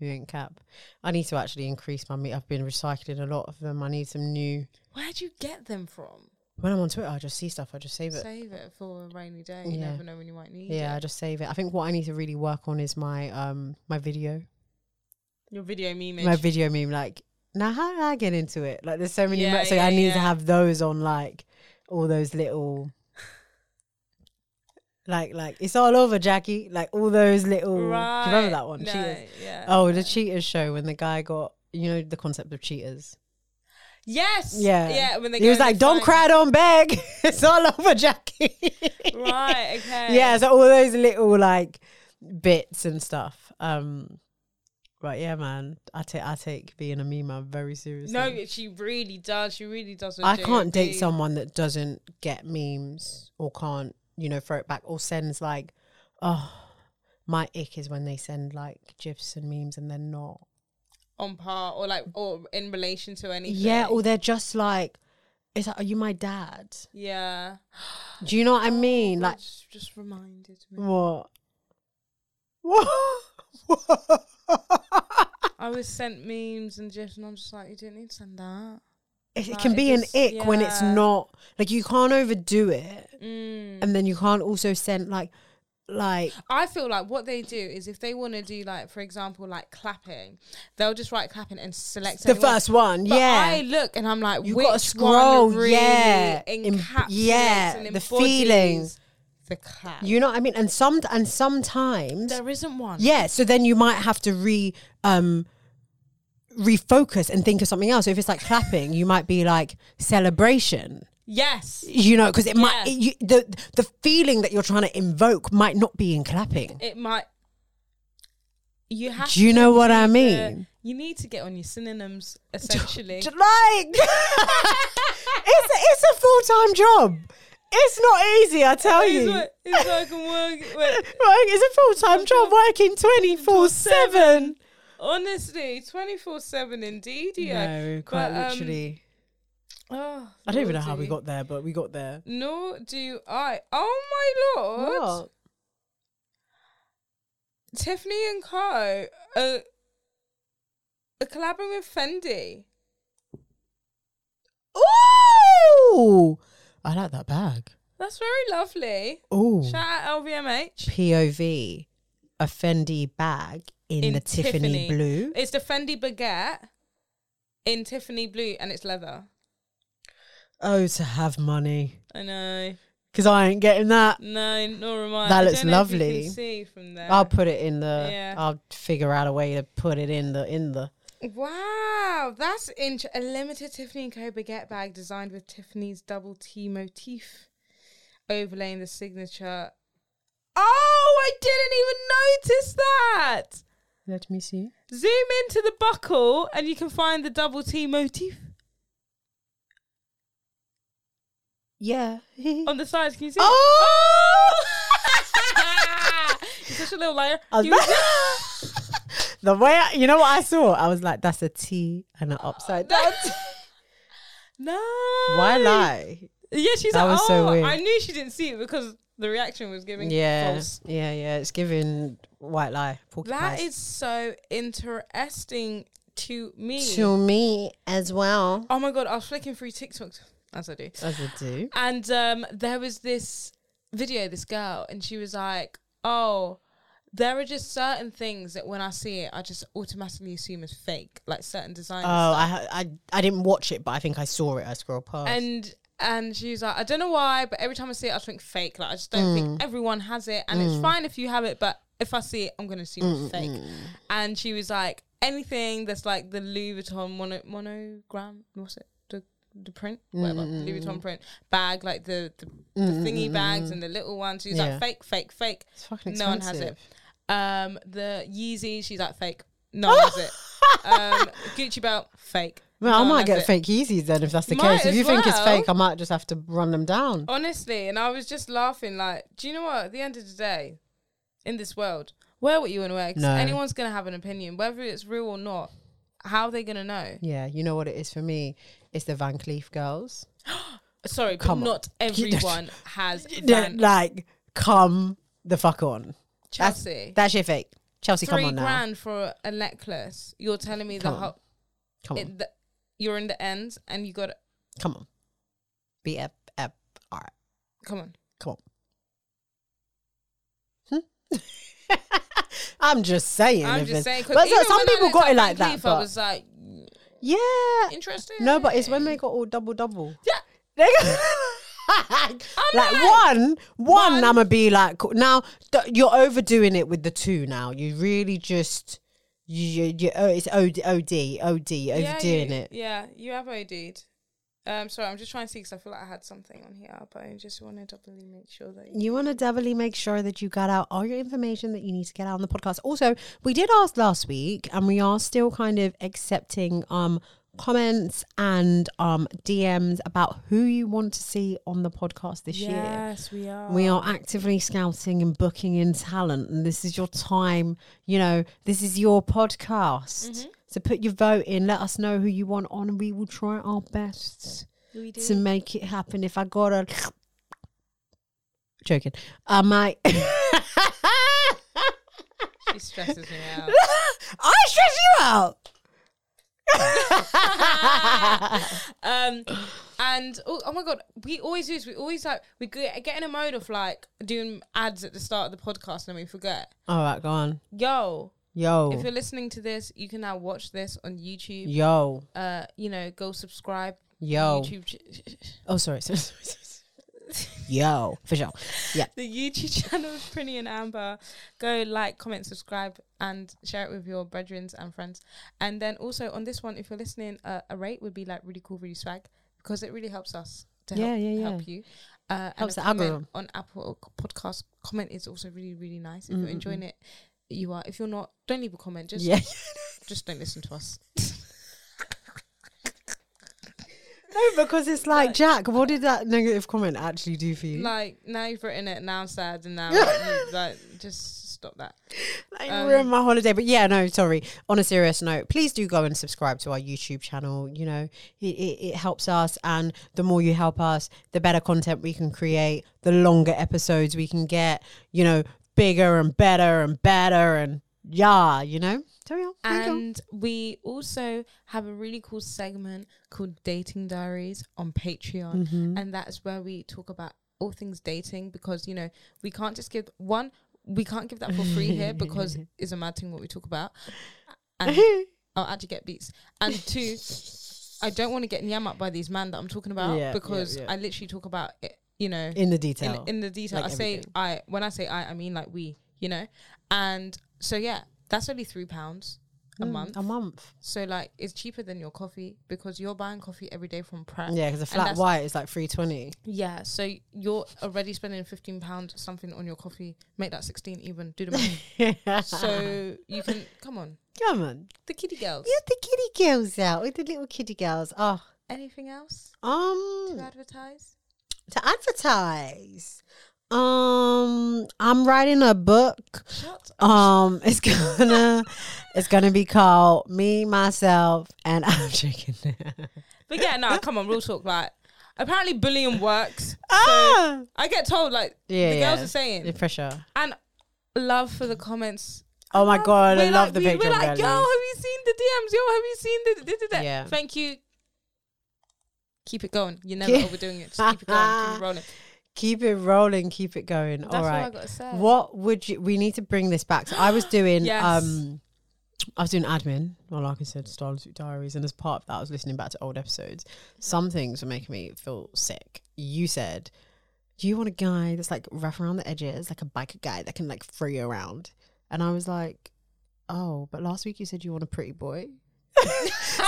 Speaker 2: You didn't cap. I need to actually increase my meat. I've been recycling a lot of them. I need some new.
Speaker 1: Where'd you get them from?
Speaker 2: When I'm on Twitter, I just see stuff. I just save it.
Speaker 1: Save it for a rainy day. You
Speaker 2: Yeah.
Speaker 1: never know when you might need
Speaker 2: yeah. I
Speaker 1: it.
Speaker 2: just save it. I think what I need to really work on is my um my video.
Speaker 1: Your video meme.
Speaker 2: my video meme like now how did i get into it like there's so many
Speaker 1: Yeah,
Speaker 2: mo- so
Speaker 1: yeah,
Speaker 2: i need to
Speaker 1: yeah.
Speaker 2: have those on like all those little like like it's all over jackie like all those little
Speaker 1: Right.
Speaker 2: do you remember that one
Speaker 1: No,
Speaker 2: cheaters
Speaker 1: yeah.
Speaker 2: oh the cheaters show when the guy got you know the concept of cheaters
Speaker 1: Yes.
Speaker 2: yeah
Speaker 1: Yeah. When they
Speaker 2: he was
Speaker 1: go and
Speaker 2: like
Speaker 1: they
Speaker 2: don't
Speaker 1: find-
Speaker 2: cry don't beg it's all over jackie
Speaker 1: Right. Okay.
Speaker 2: yeah so all those little like bits and stuff um but yeah man i take i take being a meme very seriously
Speaker 1: No, she really does. She really does. a
Speaker 2: I can't date
Speaker 1: JLP.
Speaker 2: someone that doesn't get memes or can't, you know, throw it back or sends like, oh, my ick is when they send like gifs and memes and they're not.
Speaker 1: on par or like or in relation to anything.
Speaker 2: Yeah, or they're just like, it's like, are you my dad?
Speaker 1: yeah.
Speaker 2: Do you know what I mean?
Speaker 1: Oh,
Speaker 2: Like,
Speaker 1: just, just reminded me.
Speaker 2: what? What?
Speaker 1: I was sent memes and gifs, and I'm just like, you didn't need to send that.
Speaker 2: it, it
Speaker 1: Like,
Speaker 2: can
Speaker 1: it
Speaker 2: be an
Speaker 1: just-
Speaker 2: ick when it's
Speaker 1: yeah.
Speaker 2: not like you can't overdo it,
Speaker 1: Mm.
Speaker 2: and then you can't also send like, like
Speaker 1: I feel like what they do is if they want to do like, for example, like clapping, they'll just write clapping and select
Speaker 2: the
Speaker 1: anyone.
Speaker 2: first one.
Speaker 1: But
Speaker 2: yeah,
Speaker 1: I look and I'm like,
Speaker 2: You
Speaker 1: which
Speaker 2: gotta scroll,
Speaker 1: one really
Speaker 2: yeah. Em-
Speaker 1: encapsulates
Speaker 2: yeah,
Speaker 1: and
Speaker 2: the feeling.
Speaker 1: embodies the clap.
Speaker 2: You know what I mean? And some and sometimes
Speaker 1: there isn't one.
Speaker 2: yeah, so then you might have to re um refocus and think of something else. So if it's like clapping, you might be like celebration.
Speaker 1: Yes.
Speaker 2: You know, because it might
Speaker 1: Yeah.
Speaker 2: it- you, the the feeling that you're trying to invoke might not be in clapping.
Speaker 1: it might. You have.
Speaker 2: Do you
Speaker 1: to
Speaker 2: know what I
Speaker 1: do the-
Speaker 2: mean?
Speaker 1: you need to get on your synonyms essentially.
Speaker 2: Like it's a, it's a full time job. It's not easy, I tell
Speaker 1: It's
Speaker 2: you.
Speaker 1: what- it's what I can work with.
Speaker 2: Right, it's a full time job working twenty four seven.
Speaker 1: Honestly, twenty four seven indeed. Yeah.
Speaker 2: No, quite
Speaker 1: But, um,
Speaker 2: literally.
Speaker 1: Oh,
Speaker 2: I don't even know how we
Speaker 1: lordy.
Speaker 2: got there, but we got there.
Speaker 1: Nor do I. Oh my lord! Tiffany and Co. Uh, are collabing with Fendi.
Speaker 2: Ooh! I like that bag.
Speaker 1: That's very lovely.
Speaker 2: Ooh.
Speaker 1: Shout out LVMH.
Speaker 2: POV, a Fendi bag in,
Speaker 1: In
Speaker 2: the Tiffany,
Speaker 1: Tiffany.
Speaker 2: blue.
Speaker 1: It's the Fendi baguette in Tiffany blue, and it's leather.
Speaker 2: Oh, to have money.
Speaker 1: I know.
Speaker 2: Because I ain't getting that.
Speaker 1: No, nor am I.
Speaker 2: That
Speaker 1: I
Speaker 2: looks
Speaker 1: don't know if you can
Speaker 2: lovely. Oh,
Speaker 1: see from there.
Speaker 2: I'll put it in the.
Speaker 1: Yeah.
Speaker 2: I'll figure out a way to put it in the. In the.
Speaker 1: Wow, that's int- a limited Tiffany & Co. baguette bag designed with Tiffany's double T motif overlaying the signature. Oh, I didn't even notice that.
Speaker 2: Let me see.
Speaker 1: Zoom into the buckle and you can find the double T motif
Speaker 2: Yeah.
Speaker 1: on the sides. Can you see? it?
Speaker 2: oh!
Speaker 1: It's such a little layer.
Speaker 2: I was
Speaker 1: You-
Speaker 2: like- the way I, you know what I saw, I was like, "That's a T and an upside down."
Speaker 1: Oh, no.
Speaker 2: Why lie?
Speaker 1: Yeah, she's
Speaker 2: That
Speaker 1: like,
Speaker 2: was
Speaker 1: oh,
Speaker 2: so weird.
Speaker 1: I knew she didn't see it because The reaction was giving
Speaker 2: yeah,
Speaker 1: false.
Speaker 2: yeah, yeah. It's giving white lie.
Speaker 1: That is so interesting to me.
Speaker 2: to me as well
Speaker 1: oh my god, I was flicking through TikToks as I do.
Speaker 2: as I do.
Speaker 1: And um, there was this video, this girl, and she was like, "Oh, there are just certain things that when I see it, I just automatically assume is fake, like certain designs."
Speaker 2: Oh, I, ha- I I didn't watch it, but I think I saw it. I scrolled past.
Speaker 1: and and she's like, "I don't know why, but every time I see it, I think fake. Like I just don't
Speaker 2: Mm.
Speaker 1: think everyone has it, and it's fine if you have it, but if I see it, I'm gonna assume it's fake." And she was like, "Anything that's like the Louis Vuitton mono- monogram, what's it?" The the print, whatever, Louis Vuitton print bag, like the the, the thingy bags and the little ones. She's
Speaker 2: Yeah.
Speaker 1: like fake, fake, fake.
Speaker 2: it's fucking
Speaker 1: no one
Speaker 2: expensive.
Speaker 1: has it. Um, the Yeezy, she's like fake. No one has it. Um, Gucci belt, fake.
Speaker 2: Well,
Speaker 1: No
Speaker 2: I
Speaker 1: one
Speaker 2: might
Speaker 1: has
Speaker 2: get
Speaker 1: it.
Speaker 2: fake Yeezys then if that's the
Speaker 1: Might
Speaker 2: case. If
Speaker 1: as
Speaker 2: you think it's
Speaker 1: well. Oh.
Speaker 2: fake, I might just have to run them down.
Speaker 1: Honestly, and I was just laughing. Like, do you know what? At the end of the day, in this world, wear what you want to wear. 'cause
Speaker 2: No.
Speaker 1: anyone's gonna have an opinion, whether it's real or not. How are they gonna know?
Speaker 2: Yeah, you know what it is for me? It's the Van Cleef girls.
Speaker 1: Sorry, but
Speaker 2: Come on.
Speaker 1: not everyone has.
Speaker 2: They're
Speaker 1: Van
Speaker 2: like, come the fuck on. That's-
Speaker 1: Chelsea,
Speaker 2: That shit fake. Chelsea, come
Speaker 1: three
Speaker 2: on now.
Speaker 1: grand for a necklace. You're telling me the
Speaker 2: Come on.
Speaker 1: whole
Speaker 2: Come on.
Speaker 1: it, the, you're in the ends and you got
Speaker 2: Come on. BFFR.
Speaker 1: come on.
Speaker 2: Come on. Hmm? I'm just saying.
Speaker 1: I'm
Speaker 2: if
Speaker 1: just
Speaker 2: it's-
Speaker 1: saying. 'cause
Speaker 2: But so-
Speaker 1: even
Speaker 2: some
Speaker 1: when I
Speaker 2: people
Speaker 1: looked
Speaker 2: got
Speaker 1: at
Speaker 2: it like
Speaker 1: Van
Speaker 2: that.
Speaker 1: Cleef, I
Speaker 2: but-
Speaker 1: was like, "Mm,
Speaker 2: yeah.
Speaker 1: interesting.
Speaker 2: No, but it's when they got all double double.
Speaker 1: yeah.
Speaker 2: They got- like
Speaker 1: like,
Speaker 2: one, one,
Speaker 1: one-
Speaker 2: I'm gonna be like cool. now. d you're overdoing it with the two. Now you really just you, you, you oh, it's od od od overdoing
Speaker 1: you,
Speaker 2: it.
Speaker 1: Yeah, you have OD'd. Um, sorry, I'm just trying to see because I feel like I had something on here, but I just want to doubly make sure that. You
Speaker 2: You want to doubly make sure that you got out all your information that you need to get out on the podcast. Also, we did ask last week, and we are still kind of accepting um comments and um DMs about who you want to see on the podcast this year.
Speaker 1: yes, we are.
Speaker 2: We are actively scouting and booking in talent, and this is your time. You know, this is your podcast.
Speaker 1: Mm-hmm.
Speaker 2: So put your vote in. Let us know who you want on, and we will try our best
Speaker 1: We do.
Speaker 2: to make it happen. If I got a joking, I might.
Speaker 1: She stresses me out.
Speaker 2: I stress you out.
Speaker 1: Um, and oh, oh my god, we always do this. We always like we get, get in a mode of like doing ads at the start of the podcast and then we forget.
Speaker 2: All right, go on,
Speaker 1: Yo, if
Speaker 2: yo,
Speaker 1: you're listening to this, you can now watch this on YouTube.
Speaker 2: yo,
Speaker 1: Uh, you know, go subscribe.
Speaker 2: yo.
Speaker 1: YouTube. Ch-
Speaker 2: Oh, sorry, sorry, sorry, sorry. yo, for sure. Yeah.
Speaker 1: the YouTube channel is Prinny and Amber. Go like, comment, subscribe, and share it with your brethrens and friends. And then also on this one, if you're listening, uh, a rate would be like really cool, really swag because it really helps us to
Speaker 2: Yeah,
Speaker 1: help,
Speaker 2: yeah,
Speaker 1: help you. Uh, and
Speaker 2: Helps
Speaker 1: a
Speaker 2: the
Speaker 1: comment
Speaker 2: algorithm.
Speaker 1: on Apple podcast comment is also really really nice. If you're enjoying it, you are. If you're not, don't leave a comment. Just
Speaker 2: Yeah.
Speaker 1: just don't listen to us.
Speaker 2: No, because it's like Jack. What did that negative comment actually do for you? Like,
Speaker 1: like now you've written it, now I'm sad, and now you, like just stop that.
Speaker 2: you
Speaker 1: um,
Speaker 2: ruined my holiday. But yeah, no, sorry. On a serious note, please do go and subscribe to our YouTube channel. You know, it, it, it helps us, and the more you help us, the better content we can create, the longer episodes we can get. You know, bigger and better and better and yeah, you know. So yeah, thank you.
Speaker 1: And we also have a really cool segment called Dating Diaries on Patreon.
Speaker 2: Mm-hmm.
Speaker 1: And that is where we talk about all things dating because, you know, we can't just give one, we can't give that for free here because it's a mad thing what we talk about. And I'll actually get beats. And two, I don't want to get nyam up by these men that I'm talking about
Speaker 2: Yeah, yeah,
Speaker 1: because
Speaker 2: yeah.
Speaker 1: I literally talk about it, you know,
Speaker 2: in the
Speaker 1: in,
Speaker 2: detail.
Speaker 1: in the detail.
Speaker 2: Like
Speaker 1: I say
Speaker 2: everything.
Speaker 1: I when I say I, I mean like we, you know. And so yeah, that's only three pounds a month.
Speaker 2: Mm, a month.
Speaker 1: So like it's cheaper than your coffee because you're buying coffee every day from Pratt.
Speaker 2: Yeah, because a
Speaker 1: And
Speaker 2: flat
Speaker 1: that's-
Speaker 2: white is like three twenty.
Speaker 1: Yeah. So you're already spending fifteen pounds something on your coffee. Make that sixteen even. Do the math. so you can come on.
Speaker 2: Come on.
Speaker 1: The kitty girls.
Speaker 2: Get the kitty girls out with the little kitty girls. Oh,
Speaker 1: Anything else to
Speaker 2: um,
Speaker 1: advertise?
Speaker 2: to advertise. Um, I'm writing a book.
Speaker 1: Shut up.
Speaker 2: Um, it's gonna, it's gonna be called Me, Myself, and I'm Chicken.
Speaker 1: But yeah, no, come on, real talk. Like Apparently, bullying works.
Speaker 2: Ah!
Speaker 1: I get told like
Speaker 2: yeah,
Speaker 1: the
Speaker 2: yeah.
Speaker 1: girls are saying,
Speaker 2: the pressure.
Speaker 1: and love for the comments.
Speaker 2: Oh my god, I
Speaker 1: Um, We're
Speaker 2: love
Speaker 1: like-
Speaker 2: the
Speaker 1: we-
Speaker 2: picture.
Speaker 1: We're
Speaker 2: of
Speaker 1: like, yo, have
Speaker 2: Bradley.
Speaker 1: you seen the DMs? Yo, have you seen the? da- da- da- da?"
Speaker 2: Yeah.
Speaker 1: Thank you. Keep it going. You're never
Speaker 2: Yeah.
Speaker 1: overdoing it. Just keep it going. Keep
Speaker 2: Keep it
Speaker 1: it rolling.
Speaker 2: rolling, keep it going.
Speaker 1: That's
Speaker 2: All
Speaker 1: all I
Speaker 2: right.
Speaker 1: gotta say.
Speaker 2: What would you? We need to bring this back. So I was doing,
Speaker 1: Yes.
Speaker 2: um, I was doing admin. Well, like I said, Starlet Suit Diaries, and as part of that, I was listening back to old episodes. Some things were making me feel sick. You said, "Do you want a guy that's like rough around the edges, like a biker guy that can like throw you around?" And I was like, "Oh, but last week you said you want a pretty boy."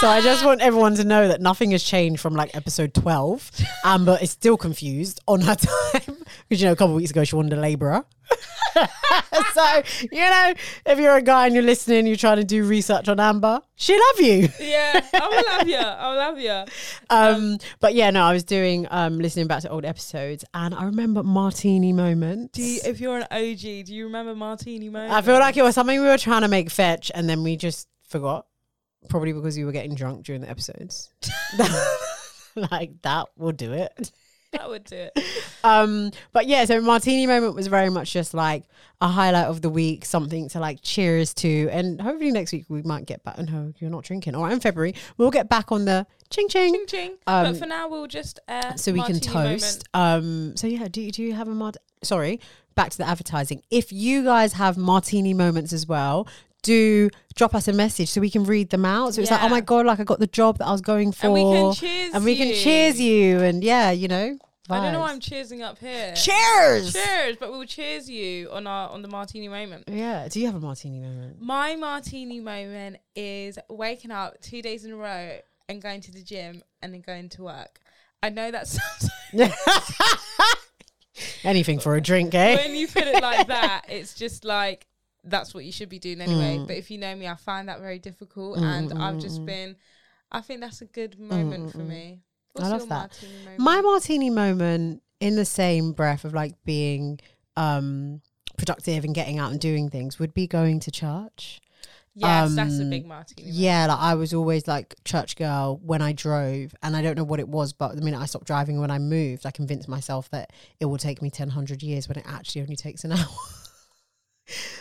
Speaker 2: so I just want everyone to know that nothing has changed from like episode 12. Amber is still confused on her time because you know a couple of weeks ago she wanted a labourer. so you know if you're a guy and you're listening, you're trying to do research on Amber, she love you.
Speaker 1: Yeah, I will love you. I will love you.
Speaker 2: Um, but yeah, no, I was doing um listening back to old episodes and I remember martini moments.
Speaker 1: Do you, if you're an OG, do you remember Martini moment?
Speaker 2: I feel like it was something we were trying to make fetch and then we just forgot. Probably because you were getting drunk during the episodes. like that will do it.
Speaker 1: that would do it.
Speaker 2: Um but yeah, so martini moment was very much just like a highlight of the week, something to like cheers to and hopefully next week we might get back and no, you're not drinking. Or in February, we'll get back on the ching ching.
Speaker 1: Ching ching.
Speaker 2: Um,
Speaker 1: but for now, we'll just air
Speaker 2: So we can
Speaker 1: Martini moment.
Speaker 2: toast. Um so yeah, do you do you have a mart sorry, back to the advertising. If you guys have martini moments as well, do drop us a message so we can read them out. So it's like,
Speaker 1: Yeah.
Speaker 2: oh my god, like I got the job that I was going for.
Speaker 1: and we can cheers.
Speaker 2: and we can cheers you and yeah, you know.
Speaker 1: I don't know why
Speaker 2: vibes.
Speaker 1: I'm cheersing up here.
Speaker 2: Cheers.
Speaker 1: Cheers, but we'll cheers you on our on the Martini moment.
Speaker 2: Yeah. Do you have a martini moment?
Speaker 1: My martini moment is waking up two days in a row and going to the gym and then going to work. I know that sounds
Speaker 2: Anything for a drink, eh?
Speaker 1: when you put it like that, it's just like that's what you should be doing anyway.
Speaker 2: Mm.
Speaker 1: But if you know me, I find that very difficult, and I've just been. I think that's a good
Speaker 2: Mm,
Speaker 1: moment for me. What's
Speaker 2: love
Speaker 1: your
Speaker 2: that.
Speaker 1: martini moment?
Speaker 2: My martini moment in the same breath of like being um productive and getting out and doing things would be going to church.
Speaker 1: yes, that's a
Speaker 2: um,
Speaker 1: big martini. moment.
Speaker 2: Yeah, like I was always like church girl when I drove, and I don't know what it was, but the minute I stopped driving when I moved, I convinced myself that it will take me ten hundred years when it actually only takes an hour.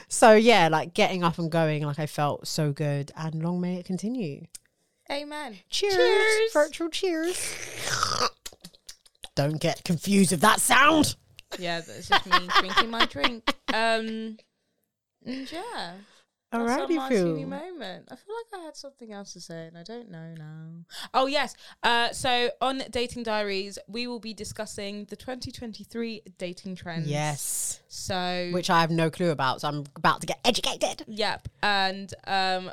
Speaker 2: so yeah, like getting up and going, like I felt so good, and long may it continue.
Speaker 1: Amen.
Speaker 2: Cheers,
Speaker 1: Cheers.
Speaker 2: virtual cheers. don't get confused with that sound.
Speaker 1: Yeah, that's just me drinking my drink. Um, and yeah. That's our
Speaker 2: Alrighty,
Speaker 1: martini
Speaker 2: Phil.
Speaker 1: moment. I feel like I had something else to say and I don't know now. Oh yes. Uh, so on dating diaries, we will be discussing the 2023 dating trends.
Speaker 2: Yes,
Speaker 1: So
Speaker 2: which I have no clue about, so I'm about to get educated.
Speaker 1: yep, and um,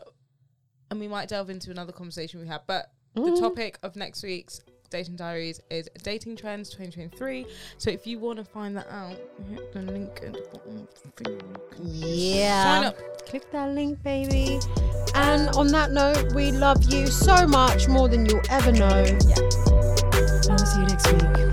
Speaker 1: and we might delve into another conversation we had, but
Speaker 2: Mm.
Speaker 1: the topic of next week's dating diaries is dating trends 2023. So if you want to find that out, hit the link at the bottom of the thing.
Speaker 2: Mm. Yeah.
Speaker 1: Sign up.
Speaker 2: Click that link, baby. And on that note, we love you so much, more than you'll ever know. Yeah. I'll see you next week.